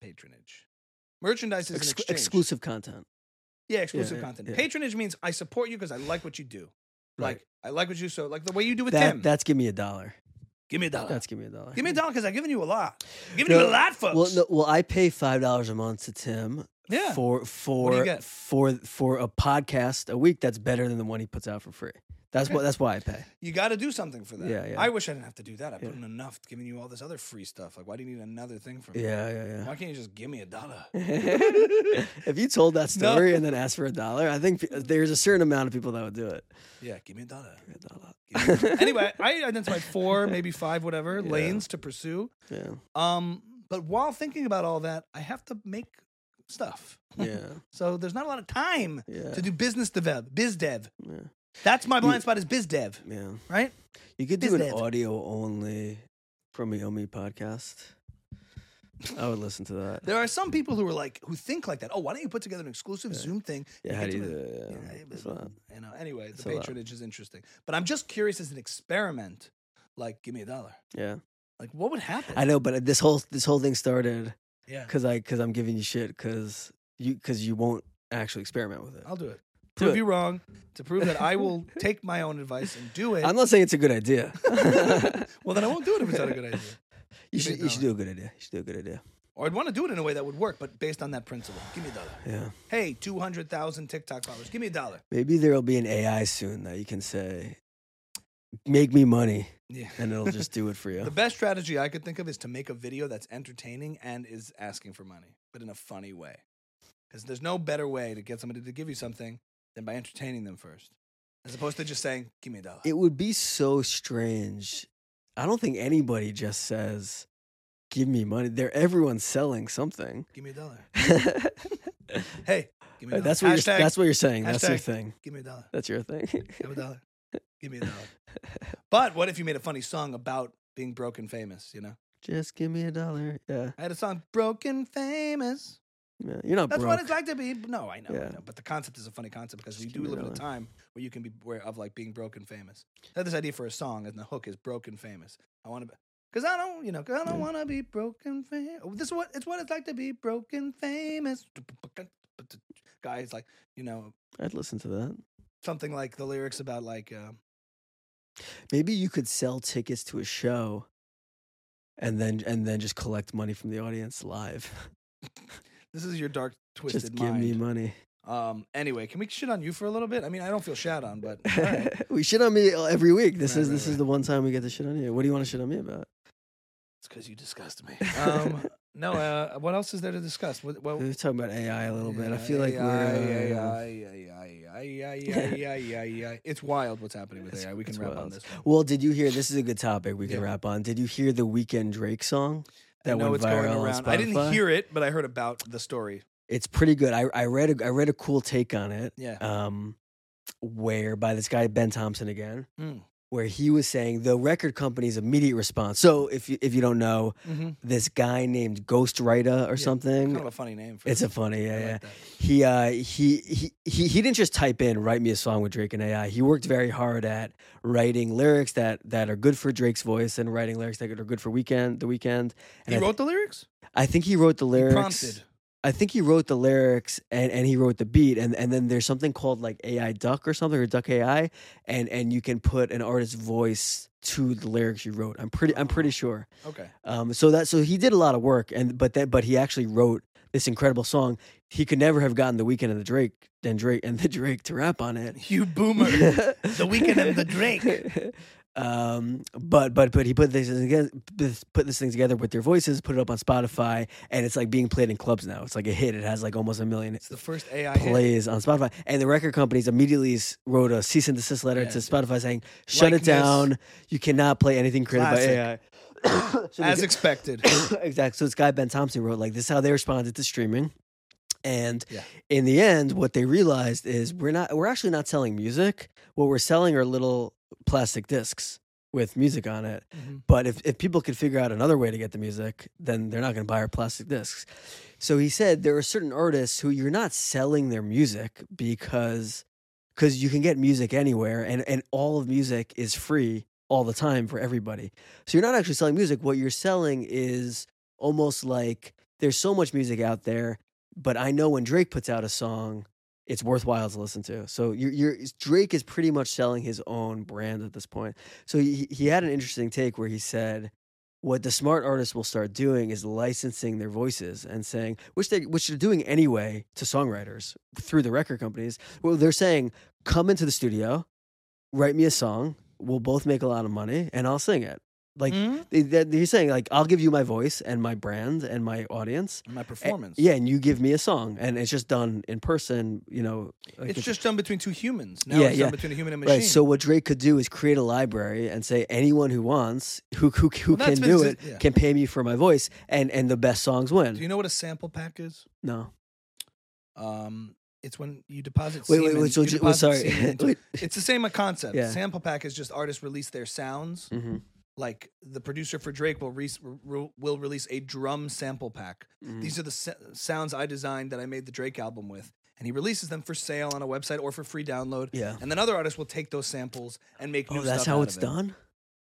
S2: patronage. Merchandise is an
S1: Ex-
S2: exchange.
S1: exclusive content.
S2: Yeah, exclusive
S1: yeah,
S2: content.
S1: yeah.
S2: Patronage means I support you because I like what you do.
S1: Right.
S2: Like I like what you do. So like the way you do with
S1: that,
S2: Tim.
S1: That's give me a dollar.
S2: give me a dollar.
S1: That's give me a dollar.
S2: give me a dollar because I've given you a lot. I'm giving you
S1: No,
S2: a lot, folks.
S1: Well, no, well, I pay five dollars a month to Tim.
S2: Yeah.
S1: For for
S2: get?
S1: for for a podcast a week that's better than the one he puts out for free. That's what. That's why I pay.
S2: You got to do something for that.
S1: Yeah, yeah.
S2: I wish I didn't have to do that. I
S1: Yeah.
S2: put in enough, giving you all this other free stuff. Like, why do you need another thing from me?
S1: Yeah, yeah, yeah.
S2: Why can't you just give me a dollar?
S1: if you told that
S2: No.
S1: story and then asked for a dollar, I think pe- there's a certain amount of people that would do it.
S2: Yeah, give me a dollar.
S1: Give me a dollar.
S2: Give me a dollar. anyway, I identified four, maybe five, whatever
S1: Yeah.
S2: lanes to pursue.
S1: Yeah,
S2: Um, but while thinking about all that, I have to make stuff.
S1: yeah,
S2: So there's not a lot of time
S1: yeah,
S2: to do business dev, biz dev.
S1: yeah.
S2: That's my blind spot is biz dev,
S1: yeah.
S2: right?
S1: You could do an
S2: Business.
S1: audio only Promiomi podcast. I would listen to that.
S2: There are some people who are like who think like that. Oh, why don't you put together an exclusive Zoom thing?
S1: yeah,
S2: You
S1: how
S2: get
S1: do you
S2: to-
S1: do it?
S2: Yeah,
S1: Yeah,
S2: it-
S1: it's not-
S2: You know. Anyway, the
S1: It's a lot.
S2: patronage is interesting, but I'm just curious as an experiment. Like, give me a dollar.
S1: yeah.
S2: Like, what would happen?
S1: I know, but this whole this whole thing started
S2: Yeah,
S1: because I because I'm giving you shit because you because you won't actually experiment with it.
S2: I'll do it.
S1: Do
S2: prove
S1: it.
S2: you wrong. To prove that I will take my own advice and do it.
S1: I'm not saying it's a good idea.
S2: well, then I won't do it if it's not a good idea.
S1: you
S2: Give me
S1: should
S2: a
S1: you should do a good idea. You should do a good idea.
S2: Or I'd want to do it in a way that would work, but based on that principle. Give me a dollar.
S1: Yeah,
S2: Hey, two hundred thousand TikTok followers. Give me a dollar.
S1: maybe there'll be an AI soon that you can say, "Make me money,"
S2: Yeah.
S1: and it'll just do it for you.
S2: The best strategy I could think of is to make a video that's entertaining and is asking for money, but in a funny way. Because there's no better way to get somebody to give you something than by entertaining them first, as opposed to just saying, "Give me a dollar."
S1: It would be so strange. I don't think anybody just says, "Give me money." They're everyone's selling something.
S2: Give me a dollar.
S1: that's
S2: Hey, give me a dollar.
S1: what you're,
S2: Hashtag,
S1: Uh, that's what you're saying. That's your
S2: hashtag.
S1: thing.
S2: give me a dollar.
S1: That's your thing.
S2: Give me a dollar. Give me a dollar. But what if you made a funny song about being broken famous? You know,
S1: Just give me a dollar. Yeah.
S2: I had a song, "Broken Famous."
S1: yeah. You're not
S2: That's
S1: broke.
S2: what it's like to be. No, I know, I
S1: Yeah.
S2: know. But the concept is a funny concept because we
S1: Just
S2: do
S1: give me
S2: live in a
S1: that.
S2: time where you can be aware of like being broken famous. I had this idea for a song, and the hook is broken famous. I want to, because I don't, you know, 'cause I don't
S1: Yeah.
S2: want to be broken famous. oh, This is what it's what it's like to be broken famous. Guys, like you know,
S1: I'd listen to that.
S2: something like the lyrics about like, uh,
S1: Maybe you could sell tickets to a show and then and then just collect money from the audience live.
S2: this is your dark twisted
S1: just give
S2: mind.
S1: me money.
S2: Um, anyway, can we shit on you for a little bit? I mean, I don't feel shat on, but all right.
S1: we shit on me uh, every week. This
S2: Right,
S1: is
S2: right,
S1: this is
S2: right.
S1: the one time we get to shit on you. What do you want to shit on me about?
S2: it's because you disgust me. Um, no, uh, what else is there to discuss? What, what,
S1: We We're talking about AI a little bit. I
S2: Oh. Yeah,
S1: feel like
S2: AI,
S1: we're. Uh,
S2: AI, AI, AI, AI, AI. It's wild what's happening with
S1: It's-
S2: AI. We can
S1: it's
S2: wrap on
S1: wild.
S2: this. one.
S1: well, did you hear? This is a good topic we can
S2: Yeah.
S1: wrap on. Did you hear the weekend Drake song?
S2: I
S1: That
S2: know
S1: went
S2: it's going
S1: viral on
S2: around. I didn't
S1: Spotify?
S2: hear it, but I heard about the story.
S1: It's pretty good. I, I read a, I read a cool take on it.
S2: Yeah.
S1: Um, where by this guy Ben Thompson again.
S2: Mm.
S1: where he was saying the record company's immediate response. So if you, if you don't know,
S2: Mhm.
S1: this guy named Ghost Writer or
S2: Yeah,
S1: something.
S2: Kind of a funny name. For
S1: it's a
S2: it.
S1: funny,
S2: I
S1: yeah, yeah.
S2: like that.
S1: He, uh, he he he he didn't just type in "write me a song with Drake and AI." He worked very hard at writing lyrics that that are good for Drake's voice and writing lyrics that are good for Weekend, the Weekend. And
S2: He
S1: I, th-
S2: wrote the lyrics.
S1: I think he wrote the
S2: He
S1: lyrics.
S2: prompted.
S1: I think he wrote the lyrics and, and he wrote the beat and, and then there's something called like AI Duck or something or Duck AI and and you can put an artist's voice to the lyrics you wrote. I'm pretty I'm pretty sure.
S2: Okay.
S1: Um, so that so he did a lot of work and but then but he actually wrote this incredible song. He could never have gotten the weekend and the Drake and Drake and the Drake to rap on it.
S2: You boomer.
S1: the
S3: Weeknd and the Drake.
S1: Um, but but but he put this together, put this thing together with their voices, put it up on Spotify, and it's like being played in clubs now. It's like a hit. It has like almost a million
S2: it's the first AI hit.
S1: plays on Spotify, and the record companies immediately s- wrote a cease and desist letter
S2: Yeah.
S1: to Spotify saying, "Shut
S2: Like
S1: it
S2: this.
S1: down. You cannot play anything created
S2: Classic.
S1: by AI." So they
S2: as
S1: did-
S2: expected.
S1: exactly. So this guy Ben Thompson wrote like this is how they responded to streaming. And
S2: Yeah.
S1: in the end, what they realized is we're not we're actually not selling music. What we're selling are little plastic discs with music on it.
S2: Mhm.
S1: But if, if people could figure out another way to get the music, then they're not gonna buy our plastic discs. So he said there are certain artists who you're not selling their music because because you can get music anywhere and, and all of music is free all the time for everybody. So you're not actually selling music. What you're selling is almost like there's so much music out there, but I know when Drake puts out a song, it's worthwhile to listen to. So you're, you're Drake is pretty much selling his own brand at this point. So he, he had an interesting take where he said, what the smart artists will start doing is licensing their voices and saying, which they which they're doing anyway to songwriters through the record companies. Well, they're saying, come into the studio, write me a song. We'll both make a lot of money, and I'll sing it. Like
S2: Mhm.
S1: they- they- He's saying like I'll give you my voice and my brand and my audience.
S2: my
S1: A-
S2: performance.
S1: eh, yeah, and you give me a song, and it's just done in person. You know, like
S2: It's just done between two humans. Now
S1: Yeah,
S2: it's
S1: yeah.
S2: done between a human and machine.
S1: right. So what Drake could do is create a library and say anyone who wants, who who who
S2: Well,
S1: can
S2: that's
S1: do
S2: been-
S1: it,
S2: yeah.
S1: can pay me for my voice, and and the best songs win.
S2: do you know what a sample pack is?
S1: no,
S2: Um, it's when you deposit.
S1: wait, wait,
S2: semen-
S1: wait. So,
S2: you
S1: j- wait,
S2: deposit
S1: sorry.
S2: semen into-
S1: Wait.
S2: It's the same concept.
S1: Yeah.
S2: Sample pack is just artists release their sounds.
S1: Mhm,
S2: Like the producer for Drake will re- re- will release a drum sample pack.
S1: mhm.
S2: These are the sa- sounds I designed that I made the Drake album with, and he releases them for sale on a website or for free download.
S1: yeah.
S2: And then other artists will take those samples and make new
S1: Oh, that's
S2: stuff
S1: how
S2: out
S1: it's
S2: of it.
S1: done.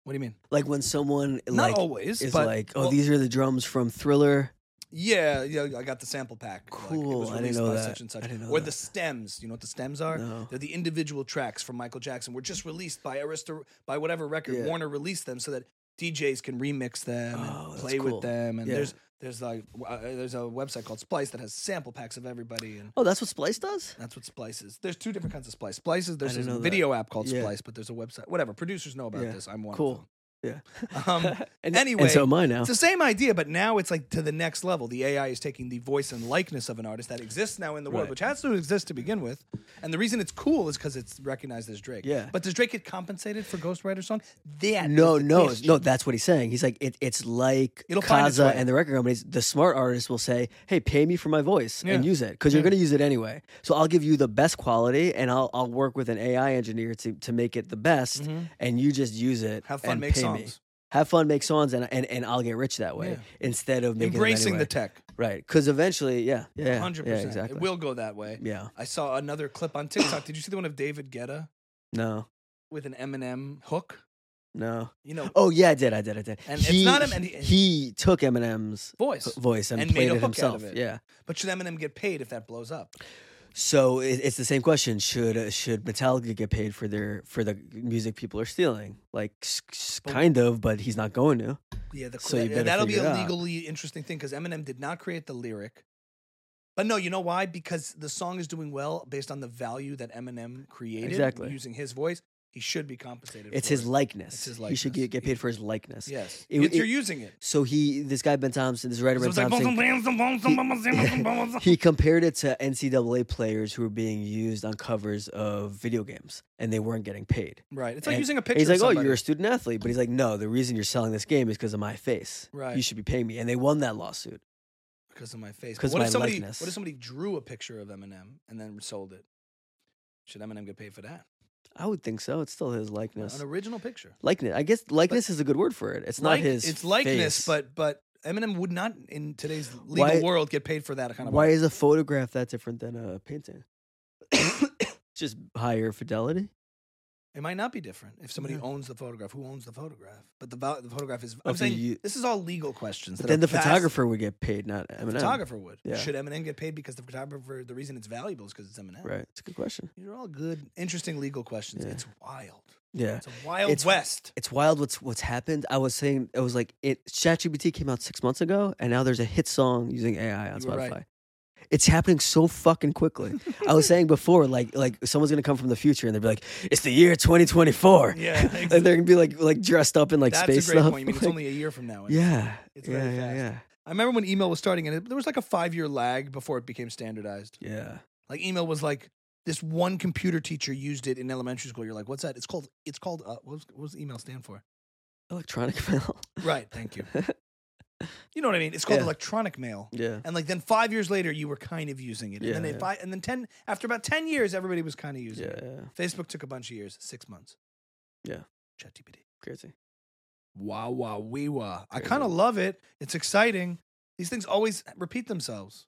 S2: What do you mean?
S1: Like when someone
S2: Not
S1: like
S2: always,
S1: is
S2: but
S1: like, oh,
S2: well,
S1: these are the drums from Thriller.
S2: yeah, yeah. I got the sample pack. Like, it
S1: Cool,
S2: was
S1: I didn't
S2: released
S1: know
S2: by
S1: that.
S2: such and such.
S1: I didn't know
S2: or
S1: that.
S2: the stems. You know what the stems are?
S1: No.
S2: They're the individual tracks from Michael Jackson. Were just released by Aristo by whatever record
S1: Yeah.
S2: Warner released them, so that DJs can remix them and
S1: Oh, that's
S2: play
S1: cool.
S2: with them. And
S1: Yeah.
S2: there's there's like w- uh, there's a website called Splice that has sample packs of everybody, and
S1: Oh, that's what Splice does.
S2: that's what Splice is. There's two different kinds of Splice. Splice is there's
S1: didn't know
S2: a
S1: that.
S2: video app called
S1: Yeah.
S2: Splice, but there's a website. Whatever producers know about
S1: Yeah.
S2: this. I'm one.
S1: Cool. Yeah.
S2: Of them. Um,
S1: and,
S2: anyway,
S1: and so am I now.
S2: it's the same idea, but now it's like to the next level. The AI is taking the voice and likeness of an artist that exists now in the world,
S1: Right.
S2: which has to exist to begin with. And the reason it's cool is because it's recognized as Drake.
S1: Yeah.
S2: But does Drake get compensated for Ghostwriter song? That
S1: No,
S2: is the
S1: no,
S2: question.
S1: no. That's what he's saying. He's like, it, it's like
S2: It'll find its
S1: Kaza
S2: way.
S1: and the record companies. The smart artists will say, "Hey, pay me for my voice and
S2: Yeah.
S1: use it because you're
S2: Yeah.
S1: going to use it anyway. So I'll give you the best quality, and I'll I'll work with an AI engineer to to make it the best,
S2: Mhm.
S1: and you just use it.
S2: Have fun,
S1: and
S2: make
S1: pay me.
S2: songs.
S1: Have fun, make songs, and and, and I'll get rich that way instead of making
S2: Embracing the
S1: time.
S2: tech.
S1: right because eventually, yeah, yeah,
S2: Hundred
S1: yeah,
S2: percent.
S1: exactly.
S2: It will go that way.
S1: yeah,
S2: I saw another clip on TikTok. Did you see the one of David Guetta
S1: no,
S2: with an Eminem hook?
S1: no.
S2: You know,
S1: Oh yeah, I did, I did, I did.
S2: And it's not him- and E. he-
S1: he took Eminem's
S2: voice.
S1: voice and,
S2: And made
S1: played it
S2: a hook out
S1: himself.
S2: of it.
S1: Yeah.
S2: But should Eminem get paid if that blows up?
S1: So it, it's the same question: Should uh, should Metallica get paid for their for the music people are stealing? Like, s- s-
S2: But-
S1: kind of, but he's not going to.
S2: Yeah, the
S1: So
S2: so
S1: you better
S2: that'll be
S1: figure it
S2: a
S1: out.
S2: legally interesting thing because Eminem did not create the lyric. But no, you know why? Because the song is doing well based on the value that Eminem created
S1: Exactly.
S2: using his voice. He should be compensated.
S1: It's
S2: for
S1: his
S2: it.
S1: likeness.
S2: It's his
S1: He should
S2: likeness.
S1: get, get paid for his likeness.
S2: Yes,
S1: It-
S2: It's-
S1: it-
S2: you're using it.
S1: So he, this guy Ben Thompson, this writer
S2: So
S1: Ben
S2: it's like,
S1: Thompson,
S2: he,
S1: he compared it to NCAA players who were being used on covers of video games and they weren't getting paid.
S2: right. It's like
S1: And
S2: using a
S1: And
S2: picture.
S1: he's like,
S2: of
S1: "Oh,
S2: somebody."
S1: you're a student athlete," but he's like, "No, the reason you're selling this game is because of my face.
S2: Right.
S1: You should be paying me." And they won that lawsuit.
S2: because of my face. But
S1: 'Cause
S2: What
S1: of my
S2: if somebody?
S1: likeness.
S2: What if somebody drew a picture of Eminem and then sold it? Should Eminem get paid for that?
S1: I would think so. It's still his likeness.
S2: An original picture.
S1: Likeness. I guess likeness is a good word for it. It's
S2: Like-
S1: not his.
S2: It's likeness,
S1: face.
S2: but but Eminem would not in today's legal
S1: Why-
S2: world get paid for that kind of.
S1: why
S2: art.
S1: is a photograph that different than a painting? Just higher fidelity.
S2: It might not be different if somebody
S1: Yeah.
S2: owns the photograph. Who owns the photograph? But the, val- the photograph is.
S1: But
S2: I'm
S1: if
S2: saying
S1: you-
S2: this is all legal questions.
S1: But
S2: that
S1: then
S2: are
S1: the
S2: past-
S1: photographer would get paid, not
S2: the
S1: Eminem.
S2: photographer would.
S1: Yeah.
S2: Should Eminem get paid because the photographer? The reason it's valuable is because it's Eminem.
S1: Right. It's a good question.
S2: These are all good, interesting legal questions.
S1: Yeah.
S2: It's wild.
S1: Yeah.
S2: It's a wild
S1: It's-
S2: west.
S1: It's wild what's what's happened. I was saying it was like it ChatGPT came out six months ago, and now there's a hit song using AI on
S2: You were right.
S1: Spotify. It's happening so fucking quickly. I was saying before, like like someone's gonna come from the future and they'll be like, "It's the year 2024,"
S2: Yeah,
S1: and they're gonna be like like dressed up in like
S2: That's
S1: space
S2: a great
S1: stuff.
S2: point. You mean it's
S1: Like,
S2: only a year from now. and
S1: yeah,
S2: It's
S1: yeah,
S2: very
S1: yeah, yeah,
S2: I remember when email was starting, and it, there was like a five-year lag before it became standardized.
S1: yeah.
S2: Like email was like this one computer teacher used it in elementary school. You're like, what's that? It's called. It's called. Uh, what, was, what does email stand for?
S1: Electronic mail.
S2: Right. Thank you. you know what I mean? It's called
S1: Yeah.
S2: electronic mail.
S1: yeah,
S2: And like then five years later, you were kind of using it. And then
S1: Yeah,
S2: they
S1: yeah.
S2: fi- and then ten after about ten years, everybody was kind of using
S1: yeah,
S2: it.
S1: yeah.
S2: Facebook took a bunch of years, six months.
S1: Yeah.
S2: ChatGPT.
S1: Crazy.
S2: Wow, wow, wee wah. I
S1: Crazy.
S2: kind of love it. It's exciting. These things always repeat themselves.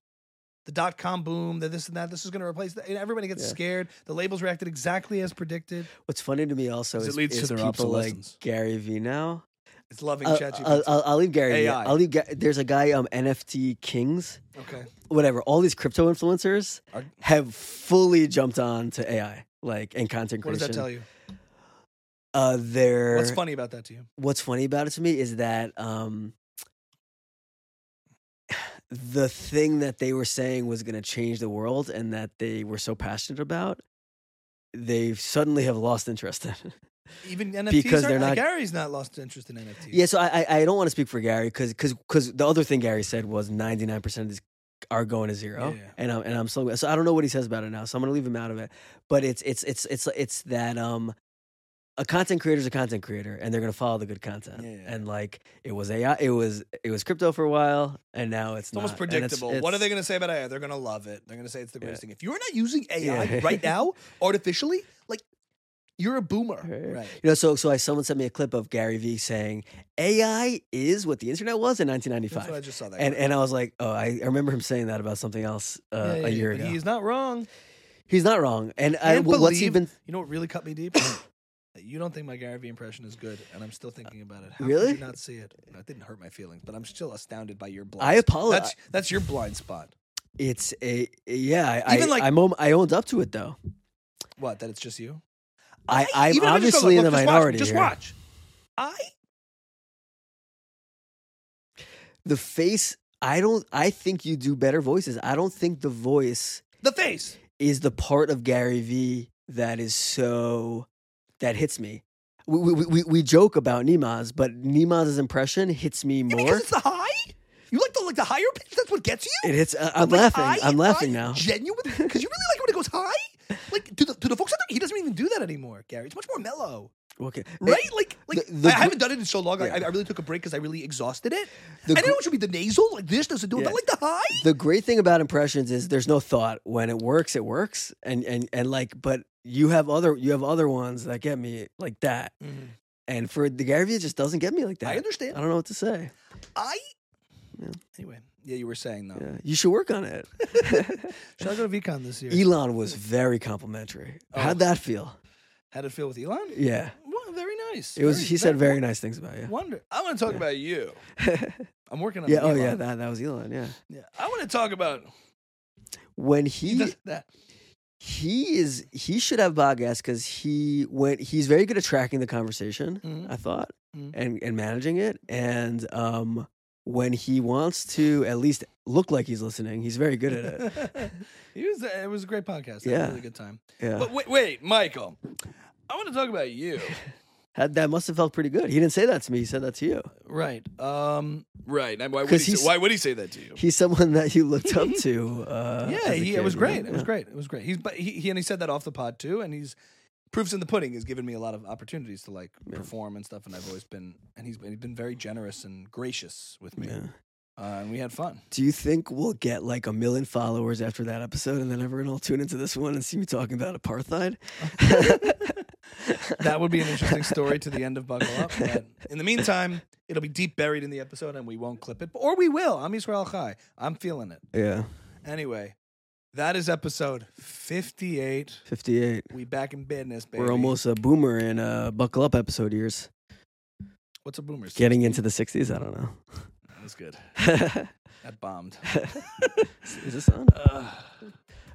S2: The dot com boom, the this and that. This is going to replace that. and Everybody gets
S1: Yeah.
S2: scared. The labels reacted exactly as predicted.
S1: What's funny to me also
S2: 'Cause it
S1: is,
S2: leads to
S1: is
S2: their
S1: people like
S2: obsolescence.
S1: Gary Vee now.
S2: It's loving
S1: I'll, I'll,
S2: ChatGPT.
S1: I'll- I'll leave Gary. Vee.
S2: AI.
S1: I'll leave. Ga- There's a guy, um, NFT Kings,
S2: Okay.
S1: whatever. All these crypto influencers
S2: Are-
S1: have fully jumped on to AI, like and content
S2: What does
S1: creation.
S2: that tell you?
S1: Uh, they're,
S2: What's funny about that to you?
S1: what's funny about it to me is that um, the thing that they were saying was going to change the world, and that they were so passionate about, they suddenly have lost interest in. it.
S2: Even NFTs
S1: Because
S2: are,
S1: they're not-
S2: Gary's not lost interest in NFTs.
S1: Yeah, so I I, I don't want to speak for Gary because the other thing Gary said was ninety nine percent of these are going to zero,
S2: Yeah, yeah.
S1: and I'm and I'm still so I don't know what he says about it now, so I'm gonna leave him out of it. But it's it's it's it's it's that um. A content creator is a content creator, and they're gonna follow the good content.
S2: Yeah, yeah.
S1: And like it was AI, it was it was crypto for a while, and now it's,
S2: It's almost
S1: not. And it's-
S2: predictable. what are
S1: it's-
S2: they going to say about AI? They're going to love it. They're going to say it's the greatest
S1: Yeah.
S2: thing. If you're not using AI
S1: Yeah.
S2: right now, artificially, like you're a boomer. Right.
S1: You know, so so I someone sent me a clip of Gary Vee saying AI is what the internet was in
S2: That's
S1: 1995,
S2: what I just saw. That
S1: and
S2: guy.
S1: and I was like, oh, I, I remember him saying that about something else uh,
S2: Yeah, yeah,
S1: a
S2: yeah,
S1: year
S2: but
S1: ago.
S2: He's not wrong.
S1: He's not wrong. And I,
S2: Can't
S1: wh- what's he been?
S2: believe- You know what really cut me deep? That you don't think my Gary Vee impression is good, and I'm still thinking about it. How
S1: Really?
S2: Did you not see it. No, It didn't hurt my feelings, but I'm still astounded by your blind.
S1: I
S2: spot.
S1: apologize.
S2: That's that's your blind spot.
S1: it's a yeah. I, I,
S2: Even like-
S1: I'm, om- I owned up to it though.
S2: What? That it's just you?
S1: I, I'm
S2: Even if it's just
S1: obviously in the
S2: like, look, just watch,
S1: minority
S2: Just
S1: here.
S2: watch. I
S1: The face. I don't. I think you do better voices. I don't think the voice
S2: the face.
S1: is the part of Gary Vee that is so that hits me. We we, we, we joke about Nemaz, but Nemaz's impression hits me
S2: You mean
S1: more.
S2: because it's the high? You like the like the higher pitch? That's what gets you.
S1: It hits. Uh, I'm
S2: Like,
S1: laughing.
S2: I-
S1: I'm laughing
S2: I
S1: now.
S2: Genuinely, because you really like it when it goes high. Like to the to the folks, out there, he doesn't even do that anymore, Gary. It's much more mellow,
S1: Okay.
S2: right? Like like
S1: the- the
S2: I
S1: gr-
S2: haven't done it in so long. Like,
S1: Yeah.
S2: I, I really took a break because I really exhausted it.
S1: The gr-
S2: I didn't know it should be the nasal. Like this doesn't do it,
S1: Yeah.
S2: but like the high.
S1: the great thing about impressions is there's no thought when it works it works and and and like but you have other you have other ones that get me like that and for the Gary Vee it just doesn't get me like Mm-hmm. that
S2: I
S1: I
S2: understand.
S1: don't know what to say
S2: I.
S1: Yeah.
S2: Anyway, yeah, you were saying though.
S1: yeah. you should work on it
S2: Should I go to VCon this year?
S1: Elon was very complimentary
S2: Oh.
S1: how'd that feel
S2: How did it feel with Elon?
S1: yeah
S2: Well, very nice.
S1: it was he said very nice things about you
S2: Wonder. I want to talk
S1: Yeah.
S2: about you. I'm working on.
S1: yeah oh
S2: Elon.
S1: yeah that that was Elon yeah
S2: yeah. I want to talk about
S1: when
S2: he
S1: he
S2: does that.
S1: he is he should have Bogas because he went he's very good at tracking the conversation
S2: Mhm.
S1: I thought
S2: Mhm.
S1: and and managing it and um when he wants to at least look like he's listening, he's very good at it.
S2: he was. It was a great podcast. I had
S1: Yeah.
S2: a really good time.
S1: Yeah.
S2: But wait, wait, Michael, I want to talk about you.
S1: Had, that must have felt pretty good. He didn't say that to me. He said that to you.
S2: right. Um. Right. And Why would
S1: 'Cause
S2: he? Say,
S1: he's-
S2: why would he say that to you?
S1: He's someone that you looked up to. Uh,
S2: yeah.
S1: as a
S2: He,
S1: kid,
S2: it was
S1: you know?
S2: great. It was
S1: Yeah.
S2: great. It was great. He's but he, he and he said that off the pod too, and he's. Proofs in the pudding has given me a lot of opportunities to like
S1: Yeah.
S2: perform and stuff, and I've always been and he's been, he's been very generous and gracious with me,
S1: Yeah.
S2: uh, and we had fun.
S1: Do you think we'll get like a million followers after that episode, and then everyone will tune into this one and see me talking about apartheid?
S2: That would be an interesting story to the end of Buckle Up. But in the meantime, it'll be deep buried in the episode and we won't clip it. Or we will. I'm Israel Chai. I'm feeling it.
S1: Yeah,
S2: Anyway, that is episode 58.
S1: fifty-eight.
S2: We back in business, baby.
S1: We're almost a boomer in uh, buckle up episode years.
S2: What's a boomer? say?
S1: Getting into the sixties, I don't
S2: That was good.
S1: know.
S2: That bombed.
S1: Is this on?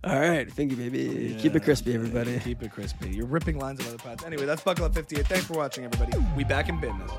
S1: All right, thank you, baby. Keep it
S2: Yeah.
S1: crispy, everybody.
S2: Keep it crispy. You're ripping lines of other pods. Anyway, that's Buckle Up 58. Thanks for watching, everybody. We back in business.